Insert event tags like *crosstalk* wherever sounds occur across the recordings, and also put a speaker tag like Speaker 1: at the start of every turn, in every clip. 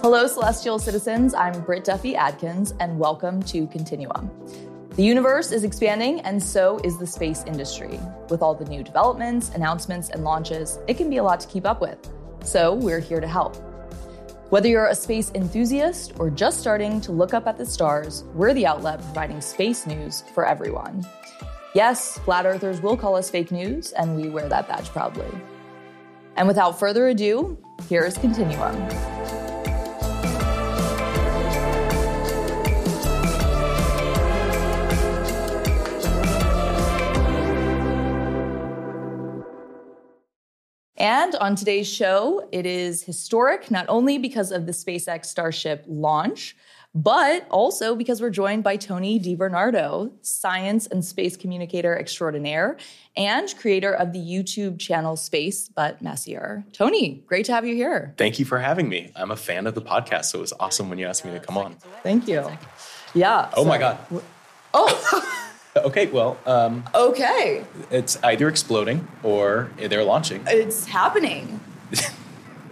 Speaker 1: Hello, celestial citizens. I'm Britt Duffy Adkins, and welcome to Continuum. The universe is expanding, and so is the space industry. With all the new developments, announcements, and launches, it can be a lot to keep up with. So, we're here to help. Whether you're a space enthusiast or just starting to look up at the stars, we're the outlet providing space news for everyone. Yes, flat earthers will call us fake news, and we wear that badge proudly. And without further ado, here is Continuum. And on today's show, it is historic not only because of the SpaceX Starship launch, but also because we're joined by Tony DiBernardo, science and space communicator extraordinaire and creator of the YouTube channel Space But Messier. Tony, great to have you here.
Speaker 2: Thank you for having me. I'm a fan of the podcast, so it was awesome when you asked me to come on.
Speaker 1: Thank you. Yeah.
Speaker 2: Oh my God.
Speaker 1: Oh, *laughs*
Speaker 2: Okay, well, um,
Speaker 1: okay.
Speaker 2: it's either exploding or they're launching.
Speaker 1: It's
Speaker 2: *laughs*
Speaker 1: happening.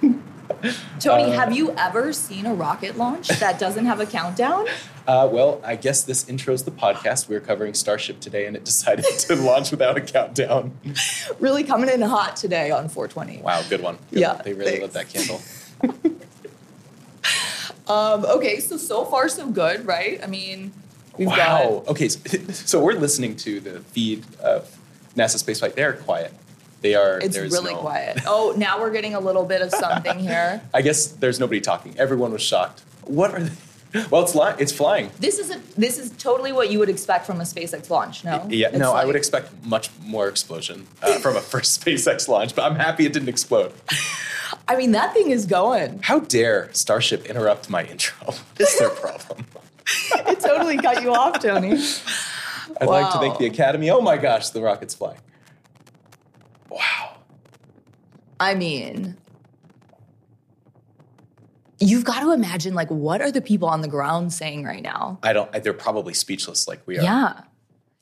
Speaker 2: Uh,
Speaker 1: Tony, have you ever seen a rocket launch that doesn't have a countdown?
Speaker 2: Uh, well, I guess this intros the podcast. We were covering Starship today, and it decided *laughs* to launch without a countdown.
Speaker 1: Really coming in hot today on 420.
Speaker 2: Wow, good one. Good
Speaker 1: Yeah,
Speaker 2: one. they really lit that
Speaker 1: thanks.
Speaker 2: candle.
Speaker 1: Um, okay, so so far so good, right? I mean, *laughs* we've
Speaker 2: wow. Okay, so, *laughs* so we're listening to the feed of NASA spaceflight. They're quiet. They are.
Speaker 1: got it's
Speaker 2: there's
Speaker 1: really
Speaker 2: no- *laughs*
Speaker 1: quiet. Oh, now we're getting a little bit of something here.
Speaker 2: I guess there's nobody talking. Everyone was shocked. What are they? *laughs* Well, it's li- it's flying.
Speaker 1: This is a this is totally what you would expect from a SpaceX launch. No,
Speaker 2: Yeah,
Speaker 1: It's
Speaker 2: no, I
Speaker 1: like-
Speaker 2: would expect much more explosion uh, from a first *laughs* SpaceX launch, but I'm happy it didn't explode.
Speaker 1: I mean, that thing is going.
Speaker 2: How dare Starship interrupt my intro? *laughs* What is their problem?
Speaker 1: It totally cut you off,
Speaker 2: *laughs*
Speaker 1: Tony.
Speaker 2: I'd like to
Speaker 1: Wow.
Speaker 2: thank the Academy. Oh my gosh, the rocket's flying. Wow.
Speaker 1: I mean, you've got to imagine like what are the people on the ground saying right now?
Speaker 2: I don't, I, they're probably speechless like we are.
Speaker 1: Yeah.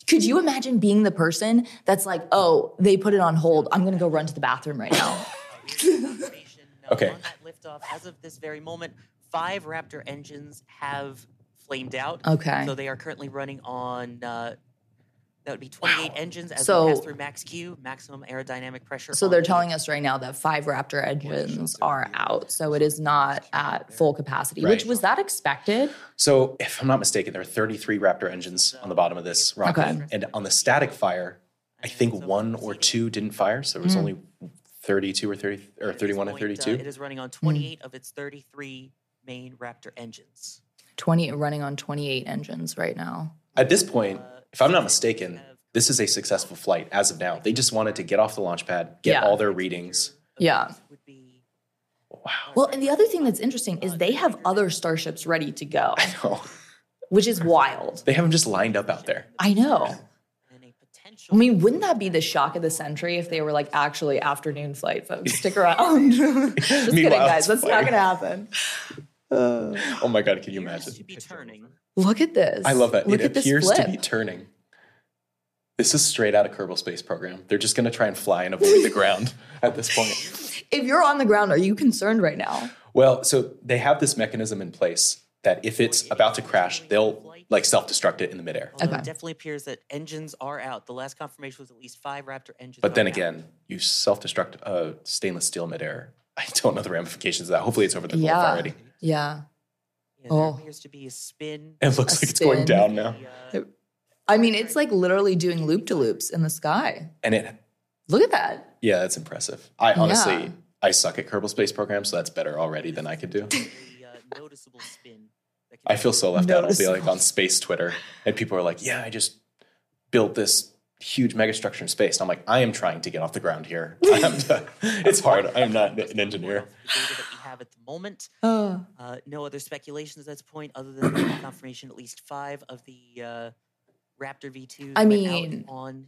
Speaker 1: Could you imagine being the person that's like, oh, they put it on hold. I'm going to go run to the bathroom right now. *laughs*
Speaker 3: information now
Speaker 2: *laughs* Okay.
Speaker 3: on that liftoff as of this very moment five raptor engines have flamed out
Speaker 1: Okay.
Speaker 3: so they are currently running on uh, that would be 28 engines as they
Speaker 1: So-
Speaker 3: pass through max q maximum aerodynamic pressure
Speaker 1: So
Speaker 3: on
Speaker 1: they're
Speaker 3: the-
Speaker 1: telling us right now that five Raptor engines are out. So it is not at full capacity, which
Speaker 2: Right.
Speaker 1: was that expected?
Speaker 2: So, if I'm not mistaken, there are 33 Raptor engines on the bottom of this rocket.
Speaker 1: Okay.
Speaker 2: And on the static fire, I think one or two didn't fire. So, there
Speaker 1: Hmm.
Speaker 2: was only 32 or 30 or
Speaker 3: At this
Speaker 2: 31 or
Speaker 3: point, uh,
Speaker 2: 32.
Speaker 3: it is running on
Speaker 1: Hmm.
Speaker 3: 28 of its 33 main raptor engines
Speaker 1: 20 running on 28 engines right now.
Speaker 2: At this point, if I'm not mistaken, this is a successful flight as of now. They just wanted to get off the launch pad, get
Speaker 1: Yeah.
Speaker 2: all their readings. *laughs*
Speaker 1: Yeah.
Speaker 3: These would be
Speaker 1: Well, and the other thing that's interesting is they have
Speaker 3: Uh,
Speaker 1: other starships ready to go,
Speaker 2: No,
Speaker 1: which is wild.
Speaker 2: oh, they have them just lined up out there.
Speaker 1: I know.
Speaker 3: and a potential
Speaker 1: I mean, wouldn't that be the shock of the century if they were like, actually, afternoon flight, folks, stick around? *laughs* Just kidding,
Speaker 2: Meanwhile,
Speaker 1: guys.
Speaker 2: it's
Speaker 1: That's not
Speaker 2: flying.
Speaker 1: going to happen.
Speaker 2: Oh my God, can you
Speaker 3: appears to
Speaker 2: imagine?
Speaker 3: be turning
Speaker 1: Look at this.
Speaker 2: I love that.
Speaker 1: Look at
Speaker 2: it
Speaker 1: this
Speaker 2: appears to
Speaker 1: flip.
Speaker 2: be turning. This is straight out of Kerbal Space Program. They're just going to try and fly and avoid the ground *laughs* at this point.
Speaker 1: if you're on the ground, are you concerned right now?
Speaker 2: Well, so they have this mechanism in place that if it's about to crash, they'll like self-destruct it in the midair.
Speaker 3: Although
Speaker 1: Okay.
Speaker 3: it definitely appears that engines are out. The last confirmation was at least five Raptor engines.
Speaker 2: But then
Speaker 3: are out.
Speaker 2: again, you self-destruct a stainless steel midair. *laughs* I don't know the ramifications of that. Hopefully, it's over the
Speaker 1: Yeah.
Speaker 2: yeah. already.
Speaker 1: Yeah.
Speaker 3: Yeah, there
Speaker 1: Oh.
Speaker 3: appears to be a spin.
Speaker 2: It looks
Speaker 1: A
Speaker 2: like it's
Speaker 1: spin.
Speaker 2: going down now,
Speaker 3: The, uh,
Speaker 1: I mean, it's like literally doing loop de loops in the sky.
Speaker 2: and it
Speaker 1: Look at that.
Speaker 2: yeah, that's impressive. I honestly,
Speaker 1: Yeah.
Speaker 2: I suck at Kerbal Space Program, so that's better already than I could do.
Speaker 1: *laughs*
Speaker 3: the, uh, noticeable spin. that can
Speaker 2: I feel so left out. I'll
Speaker 1: *laughs*
Speaker 2: be
Speaker 1: Noticeable.
Speaker 2: like on space Twitter, and people are like, "Yeah, I just built this huge megastructure in space." And I'm like, "I am trying to get off the ground here. *laughs* I'm d- it's hard. I'm not an
Speaker 1: *laughs*
Speaker 2: engineer."
Speaker 3: The data that we have at the moment.
Speaker 1: Oh.
Speaker 3: Uh, no other speculations at this point, other than the confirmation at least five of the uh, Raptor V2.
Speaker 1: I
Speaker 3: went out
Speaker 1: mean,
Speaker 3: on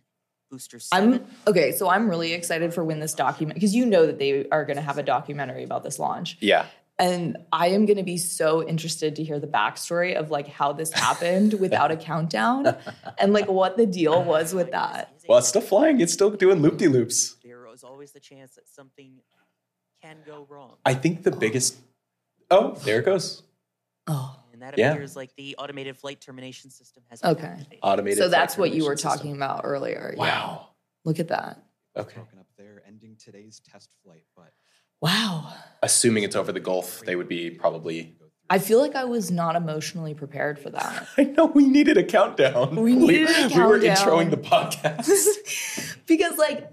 Speaker 3: booster 7
Speaker 1: I'm okay, so I'm really excited for when this document because you know that they are going to have a documentary about this launch,
Speaker 2: Yeah,
Speaker 1: and I am going to be so interested to hear the backstory of like how
Speaker 2: *laughs*
Speaker 1: this happened without a countdown, and like what the deal was with that.
Speaker 2: well, it's still flying. It's still doing loop de loops.
Speaker 3: There is always the chance that something can go wrong.
Speaker 2: I think the biggest Oh, there it goes.
Speaker 1: Oh,
Speaker 3: And that
Speaker 2: Yeah.
Speaker 3: appears like the automated flight termination system has
Speaker 1: Okay.
Speaker 3: been activated.
Speaker 2: Automated.
Speaker 1: so
Speaker 2: flight
Speaker 1: that's what you were
Speaker 2: termination
Speaker 1: talking
Speaker 2: system.
Speaker 1: about earlier. Yeah.
Speaker 2: Wow.
Speaker 1: Look at that.
Speaker 2: Okay.
Speaker 4: broken up there, ending today's test flight. But
Speaker 1: Wow.
Speaker 2: Assuming it's over the Gulf, they would be probably. *laughs*
Speaker 1: I feel like I was not emotionally prepared for that. *laughs*
Speaker 2: I know we needed a countdown.
Speaker 1: We needed a
Speaker 2: *laughs* We were
Speaker 1: countdown.
Speaker 2: introing
Speaker 1: *laughs*
Speaker 2: the podcast.
Speaker 1: because like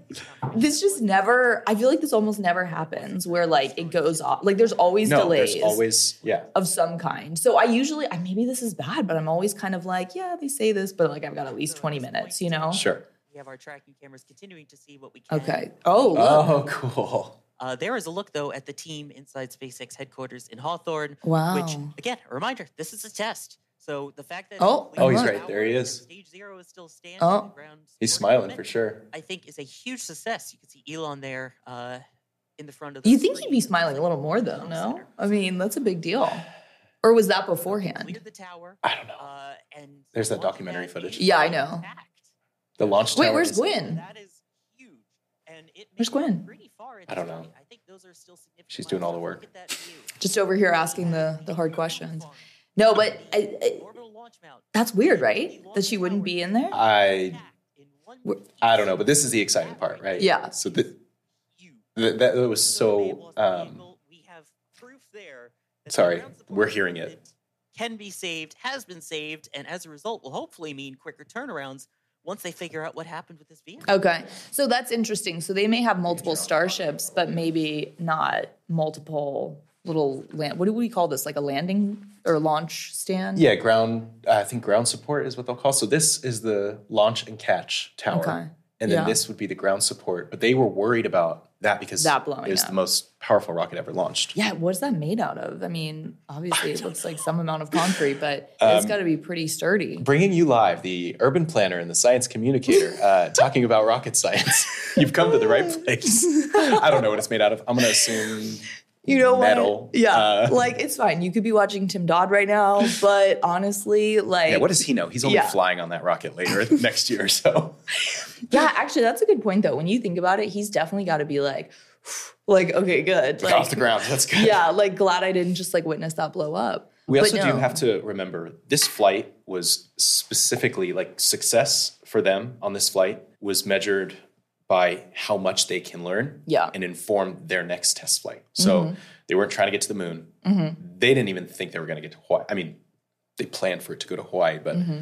Speaker 1: this just never I feel like this almost never happens where like it goes off like there's always
Speaker 2: no,
Speaker 1: delays
Speaker 2: there's always yeah.
Speaker 1: of some kind. So I usually I maybe this is bad, but I'm always kind of like, yeah, they say this, but like I've got at least 20 minutes, you know?
Speaker 2: Sure.
Speaker 3: We have our tracking cameras continuing to see what we can.
Speaker 1: Okay. Oh, look.
Speaker 2: Oh, cool.
Speaker 3: Uh, there is a look though at the team inside SpaceX headquarters in Hawthorne,
Speaker 1: wow.
Speaker 3: which again, a reminder, this is a test. So the fact that
Speaker 1: Oh,
Speaker 3: we
Speaker 1: Oh, he's
Speaker 3: are
Speaker 2: right.
Speaker 3: now
Speaker 2: There he
Speaker 3: aware
Speaker 2: is.
Speaker 3: that Stage zero is still standing.
Speaker 1: Oh.
Speaker 3: the ground
Speaker 2: He's
Speaker 3: support
Speaker 2: smiling for
Speaker 3: equipment,
Speaker 2: sure.
Speaker 3: I think is a huge success. You can see Elon there uh, in the front of. the
Speaker 1: you think he'd
Speaker 3: screen.
Speaker 1: be
Speaker 3: It looks
Speaker 1: smiling a
Speaker 3: like
Speaker 1: little
Speaker 3: the
Speaker 1: more though,
Speaker 3: Control
Speaker 1: no?
Speaker 3: Center.
Speaker 1: I mean, that's a big deal. Or was that
Speaker 3: Cleared
Speaker 1: beforehand?
Speaker 3: the tower.
Speaker 2: I don't know.
Speaker 3: Uh, and
Speaker 2: There's that
Speaker 3: launch
Speaker 2: documentary
Speaker 3: pad
Speaker 2: footage.
Speaker 3: is
Speaker 1: Yeah, I know.
Speaker 3: packed.
Speaker 2: The launch
Speaker 1: Wait,
Speaker 2: tower
Speaker 1: where's
Speaker 2: is-
Speaker 1: Gwen?
Speaker 3: That is huge. And it
Speaker 1: Where's
Speaker 3: made it
Speaker 1: Gwen?
Speaker 3: Pretty far at
Speaker 2: I don't
Speaker 3: this
Speaker 2: know.
Speaker 3: point. I think those are still significant
Speaker 2: She's doing all the
Speaker 3: milestones.
Speaker 2: work.
Speaker 3: Look at that view.
Speaker 1: Just over here asking the the hard questions. No, but I, I,
Speaker 3: Orbital launch mount.
Speaker 1: that's weird, right? That she wouldn't be in there?
Speaker 2: I
Speaker 3: Packed in one
Speaker 1: We're-
Speaker 3: piece.
Speaker 2: I don't know, but this is the exciting part, right?
Speaker 1: Yeah.
Speaker 2: So that
Speaker 3: Huge.
Speaker 2: that, that was so.
Speaker 3: enables the
Speaker 2: Um,
Speaker 3: vehicle. we have proof there. that the
Speaker 2: sorry,
Speaker 3: ground support
Speaker 2: we're hearing it.
Speaker 3: equipment Can be saved, has been saved, and as a result, will hopefully mean quicker turnarounds once they figure out what happened with this vehicle.
Speaker 1: Okay. So that's interesting. So they may have multiple starships, but maybe not multiple little land. What do we call this? Like a landing or launch stand?
Speaker 2: Yeah, ground. I think ground support is what they'll call. So this is the launch and catch tower,
Speaker 1: Okay.
Speaker 2: and then
Speaker 1: Yeah.
Speaker 2: this would be the ground support. But they were worried about that because
Speaker 1: That blowing
Speaker 2: it was
Speaker 1: up.
Speaker 2: the most powerful rocket ever launched.
Speaker 1: Yeah. What's that made out of? I mean, obviously it looks like some amount of concrete, but it's got to be pretty sturdy.
Speaker 2: Bringing you live the urban planner and the science communicator
Speaker 1: *laughs*
Speaker 2: uh, talking about rocket science. *laughs* You've come to the right
Speaker 1: *laughs*
Speaker 2: place. I don't know what it's made out of. I'm going to assume
Speaker 1: You know
Speaker 2: metal.
Speaker 1: what? Yeah.
Speaker 2: Uh, *laughs*
Speaker 1: like it's fine. You could be watching Tim Dodd right now, but honestly, like
Speaker 2: Yeah, what does he know? He's only
Speaker 1: Yeah.
Speaker 2: flying on that rocket later *laughs* next year or so.
Speaker 1: Yeah, actually, that's a good point though. When you think about it, he's definitely got to be like, *sighs* like okay, good,
Speaker 2: Get
Speaker 1: like,
Speaker 2: off the *laughs* ground. That's good.
Speaker 1: yeah, like glad I didn't just like witness that blow up.
Speaker 2: We
Speaker 1: But
Speaker 2: also
Speaker 1: no.
Speaker 2: do have to remember this flight was specifically like success for them on this flight was measured by how much they can learn
Speaker 1: Yeah.
Speaker 2: and inform their next test flight. So
Speaker 1: Mm-hmm.
Speaker 2: they weren't trying to get to the moon. They didn't even think they were going to get to Hawaii. I mean, they planned for it to go to Hawaii, but
Speaker 1: Mm-hmm.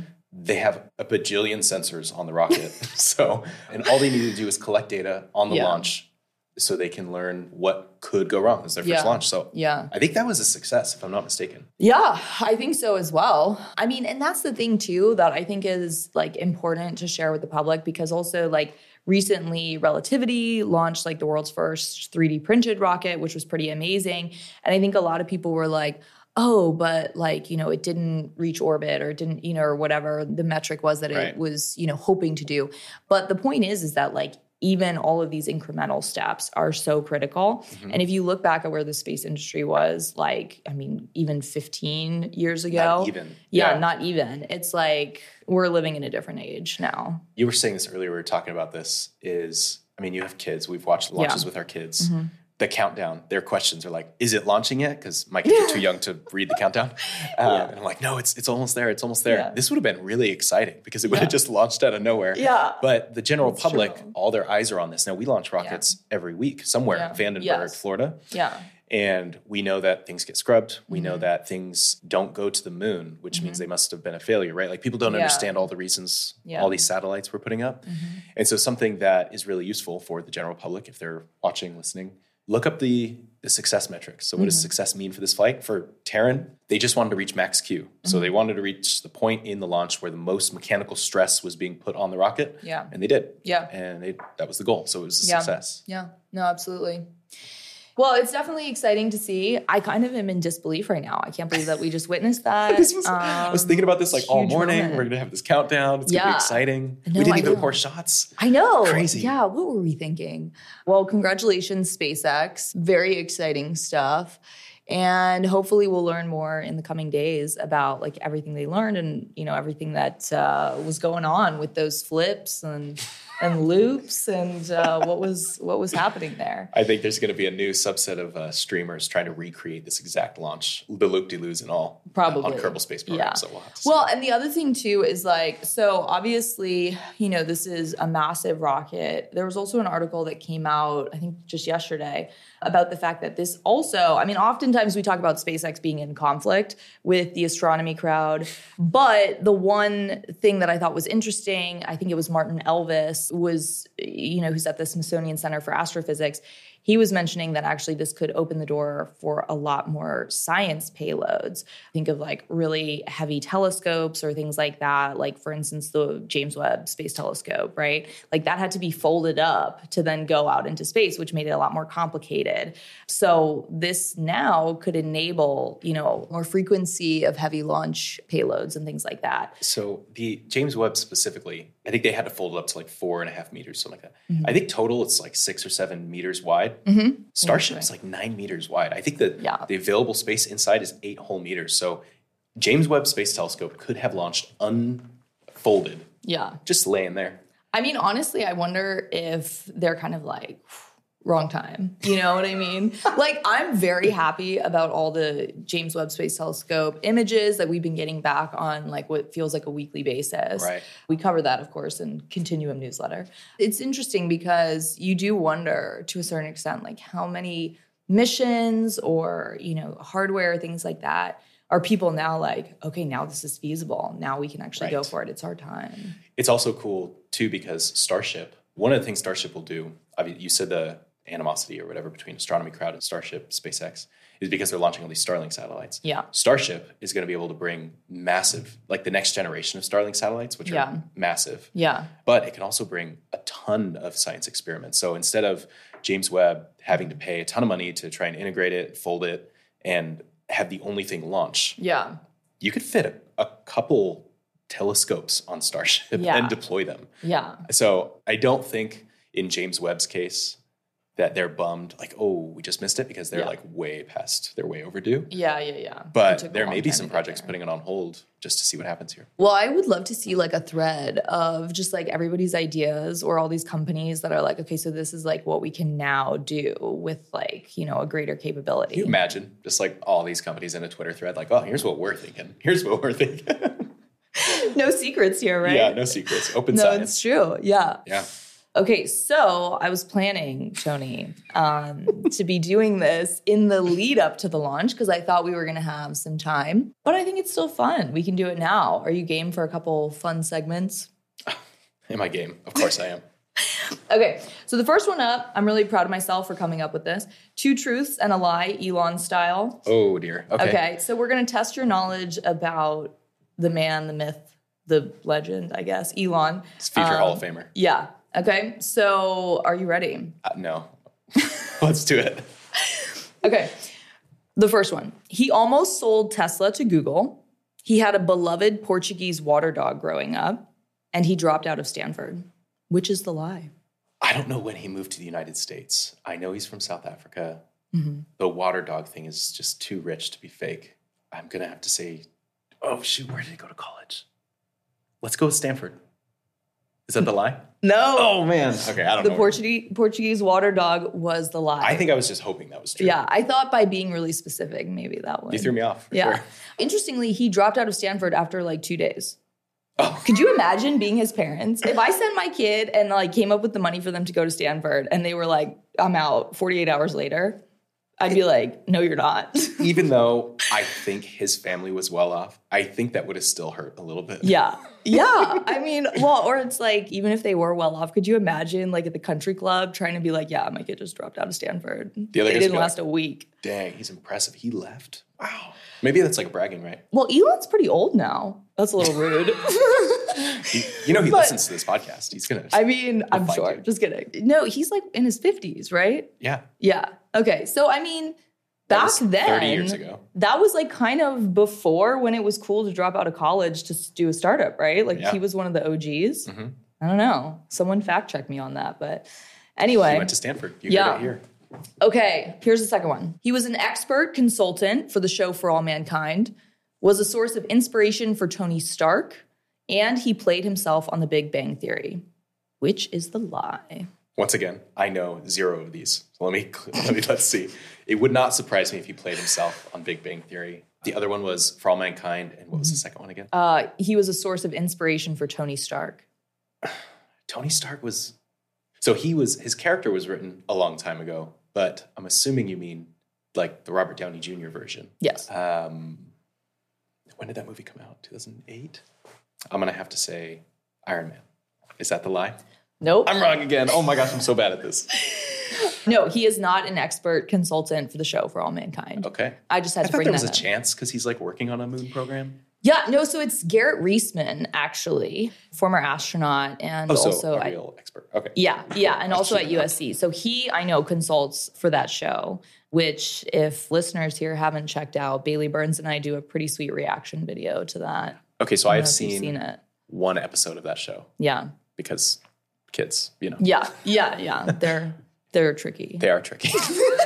Speaker 2: they have a bajillion sensors on the rocket.
Speaker 1: *laughs*
Speaker 2: so, and all they needed to do is collect data on the
Speaker 1: Yeah.
Speaker 2: launch so they can learn what could go wrong. It's their
Speaker 1: Yeah.
Speaker 2: first launch. So,
Speaker 1: Yeah.
Speaker 2: I think that was a success, if I'm not mistaken.
Speaker 1: Yeah, I think so as well. I mean, and that's the thing too that I think is like important to share with the public because also like recently Relativity launched like the world's first 3D printed rocket, which was pretty amazing. And I think a lot of people were like, "Oh, but like, you know, it didn't reach orbit or it didn't, you know, or whatever the metric was that it
Speaker 2: Right.
Speaker 1: was, you know, hoping to do." But the point is is that like even all of these incremental steps are so critical.
Speaker 2: Mm-hmm.
Speaker 1: And if you look back at where the space industry was, like, I mean, even 15 years ago,
Speaker 2: Not even.
Speaker 1: Yeah, not even. It's like we're living in a different age now.
Speaker 2: you were saying this earlier. We were talking about this. Is I mean, you have kids. We've watched launches with our
Speaker 1: Mm-hmm.
Speaker 2: kids. The countdown. Their questions are like, "Is it launching yet?" Because my kids are too young to read
Speaker 1: *laughs*
Speaker 2: the countdown. Uh, And I'm like, "No, it's it's almost there. It's almost there."
Speaker 1: Yeah.
Speaker 2: This would have been really exciting because it would have just launched out of nowhere.
Speaker 1: Yeah.
Speaker 2: But the general
Speaker 1: That's
Speaker 2: public,
Speaker 1: true.
Speaker 2: all their eyes are on this. Now we launch rockets every week somewhere
Speaker 1: Yeah.
Speaker 2: in Vandenberg,
Speaker 1: Yes.
Speaker 2: Florida.
Speaker 1: Yeah.
Speaker 2: And we know that things get scrubbed. We
Speaker 1: Mm-hmm.
Speaker 2: know that things don't go to the moon, which means they must have been a failure, right? Like people don't
Speaker 1: Yeah.
Speaker 2: understand all the reasons
Speaker 1: Yeah.
Speaker 2: all these satellites we're putting up.
Speaker 1: Mm-hmm.
Speaker 2: And so something that is really useful for the general public if they're watching, listening, look up the the success metrics. So what
Speaker 1: Mm-hmm.
Speaker 2: does success mean for this flight? For Terran, they just wanted to reach max Q. So
Speaker 1: Mm-hmm.
Speaker 2: they wanted to reach the point in the launch where the most mechanical stress was being put on the rocket.
Speaker 1: Yeah.
Speaker 2: And they did.
Speaker 1: Yeah.
Speaker 2: And they, that was the goal. So it was a
Speaker 1: Yeah.
Speaker 2: success.
Speaker 1: Yeah. No, absolutely. Well, it's definitely exciting to see. I kind of am in disbelief right now. I can't believe that we just witnessed that.
Speaker 2: This was- *laughs* I was
Speaker 1: Um,
Speaker 2: thinking about this like all
Speaker 1: huge
Speaker 2: morning.
Speaker 1: moment.
Speaker 2: We're gonna have this countdown. It's gonna
Speaker 1: Yeah.
Speaker 2: be exciting.
Speaker 1: No,
Speaker 2: we
Speaker 1: I
Speaker 2: didn't even
Speaker 1: know.
Speaker 2: pour shots.
Speaker 1: I know.
Speaker 2: Crazy.
Speaker 1: Yeah, what were we thinking? Well, congratulations, SpaceX. Very exciting stuff. And hopefully we'll learn more in the coming days about like everything they learned and you know everything that uh, was going on with those flips and and loops and uh, what was what was happening there.
Speaker 2: I think there's going to be a new subset of uh, streamers trying to recreate this exact launch, the loop de loos and all, uh,
Speaker 1: Probably.
Speaker 2: on Kerbal Space Program.
Speaker 1: Yeah.
Speaker 2: So we'll have to see.
Speaker 1: Well, and the other thing too is like, so obviously, you know, this is a massive rocket. There was also an article that came out, I think just yesterday, about the fact that this also, I mean, oftentimes we talk about SpaceX being in conflict with the astronomy crowd. But the one thing that I thought was interesting, I think it was Martin Elvis, was, you know, who's at the Smithsonian Center for Astrophysics. He was mentioning that actually this could open the door for a lot more science payloads. Think of like really heavy telescopes or things like that. Like, for instance, the James Webb Space Telescope, right? Like, that had to be folded up to then go out into space, which made it a lot more complicated. So, this now could enable, you know, more frequency of heavy launch payloads and things like that.
Speaker 2: So the James Webb specifically, I think they had to fold it up to like four and a half meters, something like that.
Speaker 1: Mm-hmm.
Speaker 2: I think total it's like six or seven meters wide. Starship is like nine meters wide. I think that
Speaker 1: Yeah.
Speaker 2: the available space inside is eight whole meters. So James Webb Space Telescope could have launched unfolded,
Speaker 1: Yeah.
Speaker 2: just laying there.
Speaker 1: I mean, honestly, I wonder if they're kind of like wrong time. You know what I mean?
Speaker 2: *laughs*
Speaker 1: like, I'm very happy about all the James Webb Space Telescope images that we've been getting back on like what feels like a weekly basis.
Speaker 2: Right.
Speaker 1: We cover that, of course, in Continuum newsletter. It's interesting because you do wonder to a certain extent, like how many missions or you know hardware things like that are people now like okay now this is feasible now we can actually go
Speaker 2: Right.
Speaker 1: for it it's our time
Speaker 2: It's also cool too because Starship, one of the things Starship will do, I mean, you said the animosity or whatever between astronomy crowd and Starship, SpaceX, is because they're launching all these Starlink satellites.
Speaker 1: yeah
Speaker 2: Starship is going to be able to bring massive, like the next generation of Starlink satellites, which
Speaker 1: Yeah.
Speaker 2: are massive,
Speaker 1: yeah
Speaker 2: but it can also bring a ton of science experiments. So instead of James Webb having to pay a ton of money to try and integrate it, fold it, and have the only thing launch,
Speaker 1: Yeah.
Speaker 2: you could fit a, a couple telescopes on Starship
Speaker 1: Yeah.
Speaker 2: and deploy them.
Speaker 1: Yeah.
Speaker 2: So I don't think in James Webb's case that they're bummed, like, oh, we just missed it because they're
Speaker 1: Yeah.
Speaker 2: like way past, they're way overdue.
Speaker 1: Yeah. Yeah. Yeah. It took a
Speaker 2: But there
Speaker 1: long
Speaker 2: may be
Speaker 1: time
Speaker 2: some
Speaker 1: to get
Speaker 2: projects
Speaker 1: there.
Speaker 2: putting it on hold just to see what happens here.
Speaker 1: Well, I would love to see like a thread of just like everybody's ideas or all these companies that are like, okay, so this is like what we can now do with like, you know, a greater capability.
Speaker 2: Can you imagine just like all these companies in a Twitter thread, like, oh, here's what we're thinking. Here's what we're thinking.
Speaker 1: *laughs*
Speaker 2: *laughs*
Speaker 1: no secrets here, right?
Speaker 2: Yeah, no secrets. Open
Speaker 1: no, it's
Speaker 2: science.
Speaker 1: true. Yeah.
Speaker 2: Yeah.
Speaker 1: Okay, so I was planning, Tony, um, to be doing this in the lead up to the launch because I thought we were going to have some time. But I think it's still fun. We can do it now. Are you game for a couple fun segments?
Speaker 2: In my game. Of course I am.
Speaker 1: Okay, so the first one up, I'm really proud of myself for coming up with this. Two truths and a lie, Elon style.
Speaker 2: Oh dear. Okay.
Speaker 1: Okay, so we're gonna test your knowledge about the man, the myth, the legend, I guess, Elon.
Speaker 2: It's future
Speaker 1: Um,
Speaker 2: Hall of Famer.
Speaker 1: Yeah. Okay, so are you ready?
Speaker 2: Uh, no. *laughs* Let's do it.
Speaker 1: Okay, the first one. He almost sold Tesla to Google. He had a beloved Portuguese water dog growing up, and he dropped out of Stanford, which is the lie.
Speaker 2: I don't know when he moved to the United States. I know he's from South Africa.
Speaker 1: Mhm.
Speaker 2: The water dog thing is just too rich to be fake. I'm gonna have to say, oh shoot, where did he go to college? Let's go with Stanford. Is that the lie?
Speaker 1: *laughs* No.
Speaker 2: Oh man. Okay, I don't
Speaker 1: the
Speaker 2: know.
Speaker 1: Portuguese Portuguese water dog was the lie.
Speaker 2: I think I was just hoping that was true.
Speaker 1: Yeah, I thought by being really specific, maybe that one.
Speaker 2: You threw me off. for
Speaker 1: Yeah.
Speaker 2: sure.
Speaker 1: Interestingly, he dropped out of Stanford after like two days.
Speaker 2: Oh.
Speaker 1: Could you imagine being his parents? If I sent my kid and like came up with the money for them to go to Stanford and they were like, I'm out 48 hours later, I'd be like, no, you're not. *laughs*
Speaker 2: Even though I think his family was well off, I think that would have still hurt a little bit.
Speaker 1: yeah. Yeah. I mean, well, or it's like, even if they were well off, could you imagine like at the country club trying to be like, yeah, my kid just dropped out of Stanford?
Speaker 2: The
Speaker 1: they
Speaker 2: other guys would
Speaker 1: didn't
Speaker 2: be like-
Speaker 1: last a week.
Speaker 2: Dang, he's impressive. He left. Wow. Maybe that's like bragging, right?
Speaker 1: Well, Elon's pretty old now. That's a little rude.
Speaker 2: *laughs*
Speaker 1: *laughs*
Speaker 2: He- you know, he
Speaker 1: But-
Speaker 2: listens to this podcast. He's gonna.
Speaker 1: I mean, I'm
Speaker 2: find
Speaker 1: sure.
Speaker 2: you.
Speaker 1: Just kidding. No, he's like in his 50s, right?
Speaker 2: yeah.
Speaker 1: Yeah. Okay. So, I mean,
Speaker 2: That
Speaker 1: back
Speaker 2: was
Speaker 1: then,
Speaker 2: 30 years ago.
Speaker 1: that was like kind of before when it was cool to drop out of college to s- do a startup, right? Like
Speaker 2: Yeah.
Speaker 1: he was one of the OGs.
Speaker 2: Mhm.
Speaker 1: I don't know. Someone fact check me on that. But
Speaker 2: He
Speaker 1: anyway,
Speaker 2: went to Stanford. You
Speaker 1: Yeah.
Speaker 2: heard it here.
Speaker 1: Okay, here's the second one. He was an expert consultant for the show For All Mankind, was a source of inspiration for Tony Stark, and he played himself on The Big Bang Theory, Which is the lie?
Speaker 2: Once again, I know zero of these. So let me, *laughs* let me let's see. It would not surprise me if he played himself on Big Bang Theory. The other one was For All Mankind, and what was the second one again?
Speaker 1: Uh, he was a source of inspiration for Tony Stark.
Speaker 2: Tony Stark was. So he was his character was written a long time ago, but I'm assuming you mean like the Robert Downey Jr. version.
Speaker 1: Yes.
Speaker 2: Um, when did that movie come out? 2008. I'm gonna have to say Iron Man. Is that the lie?
Speaker 1: Nope.
Speaker 2: I'm wrong again. Oh my gosh, I'm so bad at this.
Speaker 1: No, he is not an expert consultant for the show for all mankind.
Speaker 2: Okay.
Speaker 1: I just had
Speaker 2: I
Speaker 1: to
Speaker 2: thought
Speaker 1: bring
Speaker 2: there
Speaker 1: that
Speaker 2: was a
Speaker 1: up.
Speaker 2: chance because he's like working on a moon program.
Speaker 1: Yeah, no, so it's Garrett Reisman, actually, former astronaut and
Speaker 2: Oh, so
Speaker 1: also
Speaker 2: a
Speaker 1: I-
Speaker 2: real expert. Okay.
Speaker 1: Yeah, yeah, and
Speaker 2: I
Speaker 1: also at
Speaker 2: cheated up.
Speaker 1: USC. So he, I know, consults for that show, which if listeners here haven't checked out, Bailey Burns and I do a pretty sweet reaction video to that.
Speaker 2: Okay, so
Speaker 1: I
Speaker 2: I
Speaker 1: don't
Speaker 2: have
Speaker 1: know if you've
Speaker 2: seen,
Speaker 1: seen it.
Speaker 2: one episode of that show
Speaker 1: Yeah.
Speaker 2: because kids, you know,
Speaker 1: Yeah. Yeah.
Speaker 2: *laughs*
Speaker 1: Yeah. They're they're tricky.
Speaker 2: they
Speaker 1: *laughs*
Speaker 2: are tricky. *laughs*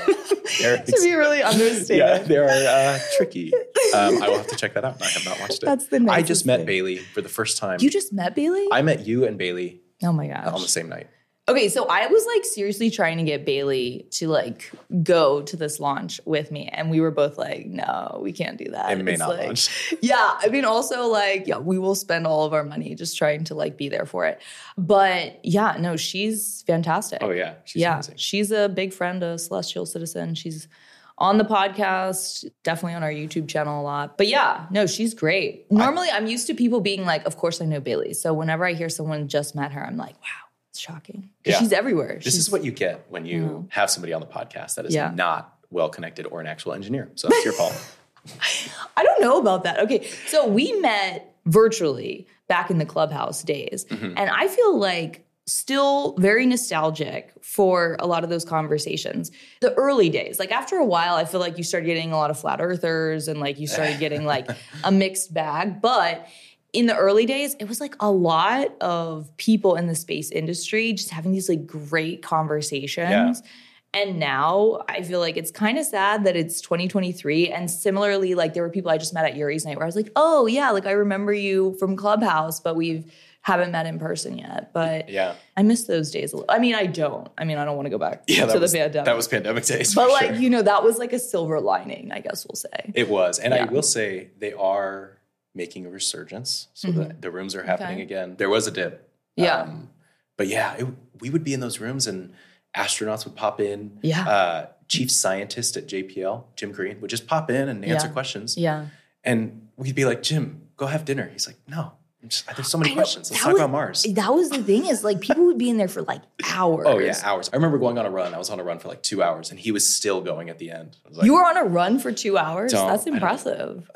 Speaker 2: They're
Speaker 1: to be really understated.
Speaker 2: yeah, they are uh, tricky. Um, I will have to check that out. I have not watched it.
Speaker 1: That's the
Speaker 2: I
Speaker 1: nicest
Speaker 2: just met
Speaker 1: thing.
Speaker 2: Bailey for the first time.
Speaker 1: You just met Bailey?
Speaker 2: I met you and Bailey
Speaker 1: oh my gosh.
Speaker 2: on the same night.
Speaker 1: Okay, so I was like seriously trying to get Bailey to like go to this launch with me, and we were both like, "No, we can't do that."
Speaker 2: It may
Speaker 1: It's
Speaker 2: not
Speaker 1: like-
Speaker 2: launch.
Speaker 1: *laughs*
Speaker 2: *laughs*
Speaker 1: Yeah, I mean, also like, yeah, we will spend all of our money just trying to like be there for it. But yeah, no, she's fantastic.
Speaker 2: Oh yeah, she's
Speaker 1: yeah,
Speaker 2: amazing.
Speaker 1: she's a big friend of Celestial Citizen. She's on the podcast, definitely on our YouTube channel a lot. But yeah, no, she's great. Normally, I'm used to people being like, "Of course, I know Bailey." So whenever I hear someone just met her, I'm like, "Wow, it's shocking." 'Cause
Speaker 2: Yeah.
Speaker 1: She's everywhere.
Speaker 2: This
Speaker 1: She's-
Speaker 2: is what you get when you have somebody on the podcast that is
Speaker 1: Yeah.
Speaker 2: not well connected or an actual engineer.
Speaker 1: *laughs*
Speaker 2: So that's your fault.
Speaker 1: I don't know about that. Okay. So we met virtually back in the clubhouse days. And I feel like still very nostalgic for a lot of those conversations. The early days, like after a while, I feel like you started getting a lot of flat earthers and like you started getting like a mixed bag. But in the early days, it was like a lot of people in the space industry just having these like great conversations. And now I feel like it's kind of sad that it's 2023. And similarly, like there were people I just met at Yuri's night where I was like, oh yeah, like I remember you from Clubhouse, but we've haven't met in person yet. But
Speaker 2: Yeah.
Speaker 1: I miss those days a little. I mean, I don't. I mean, I don't want to go back
Speaker 2: Yeah, that
Speaker 1: to
Speaker 2: was
Speaker 1: the pandemic.
Speaker 2: that was pandemic days.
Speaker 1: but
Speaker 2: for
Speaker 1: like,
Speaker 2: sure.
Speaker 1: you know, that was like a silver lining, I guess we'll say.
Speaker 2: It was. And I
Speaker 1: Yeah.
Speaker 2: will say they are making a resurgence. So the, the rooms are happening
Speaker 1: Mm-hmm. Okay.
Speaker 2: again. There was a dip.
Speaker 1: Yeah.
Speaker 2: Um, but yeah, it, we would be in those rooms and astronauts would pop in.
Speaker 1: Yeah.
Speaker 2: Uh, chief scientist at JPL, Jim Green, would just pop in and answer
Speaker 1: Yeah.
Speaker 2: questions.
Speaker 1: yeah.
Speaker 2: And we'd be like, Jim, go have dinner. He's like, no, I'm just, there's so many
Speaker 1: I know,
Speaker 2: questions. Let's
Speaker 1: that
Speaker 2: talk
Speaker 1: was-
Speaker 2: about Mars.
Speaker 1: That was the thing is like people would be in there for like hours.
Speaker 2: Oh yeah, hours. I remember going on a run. I was on a run for like two hours, and he was still going at the end. I was like,
Speaker 1: you were on a run for two hours.
Speaker 2: Don't-
Speaker 1: That's
Speaker 2: I don't-
Speaker 1: impressive.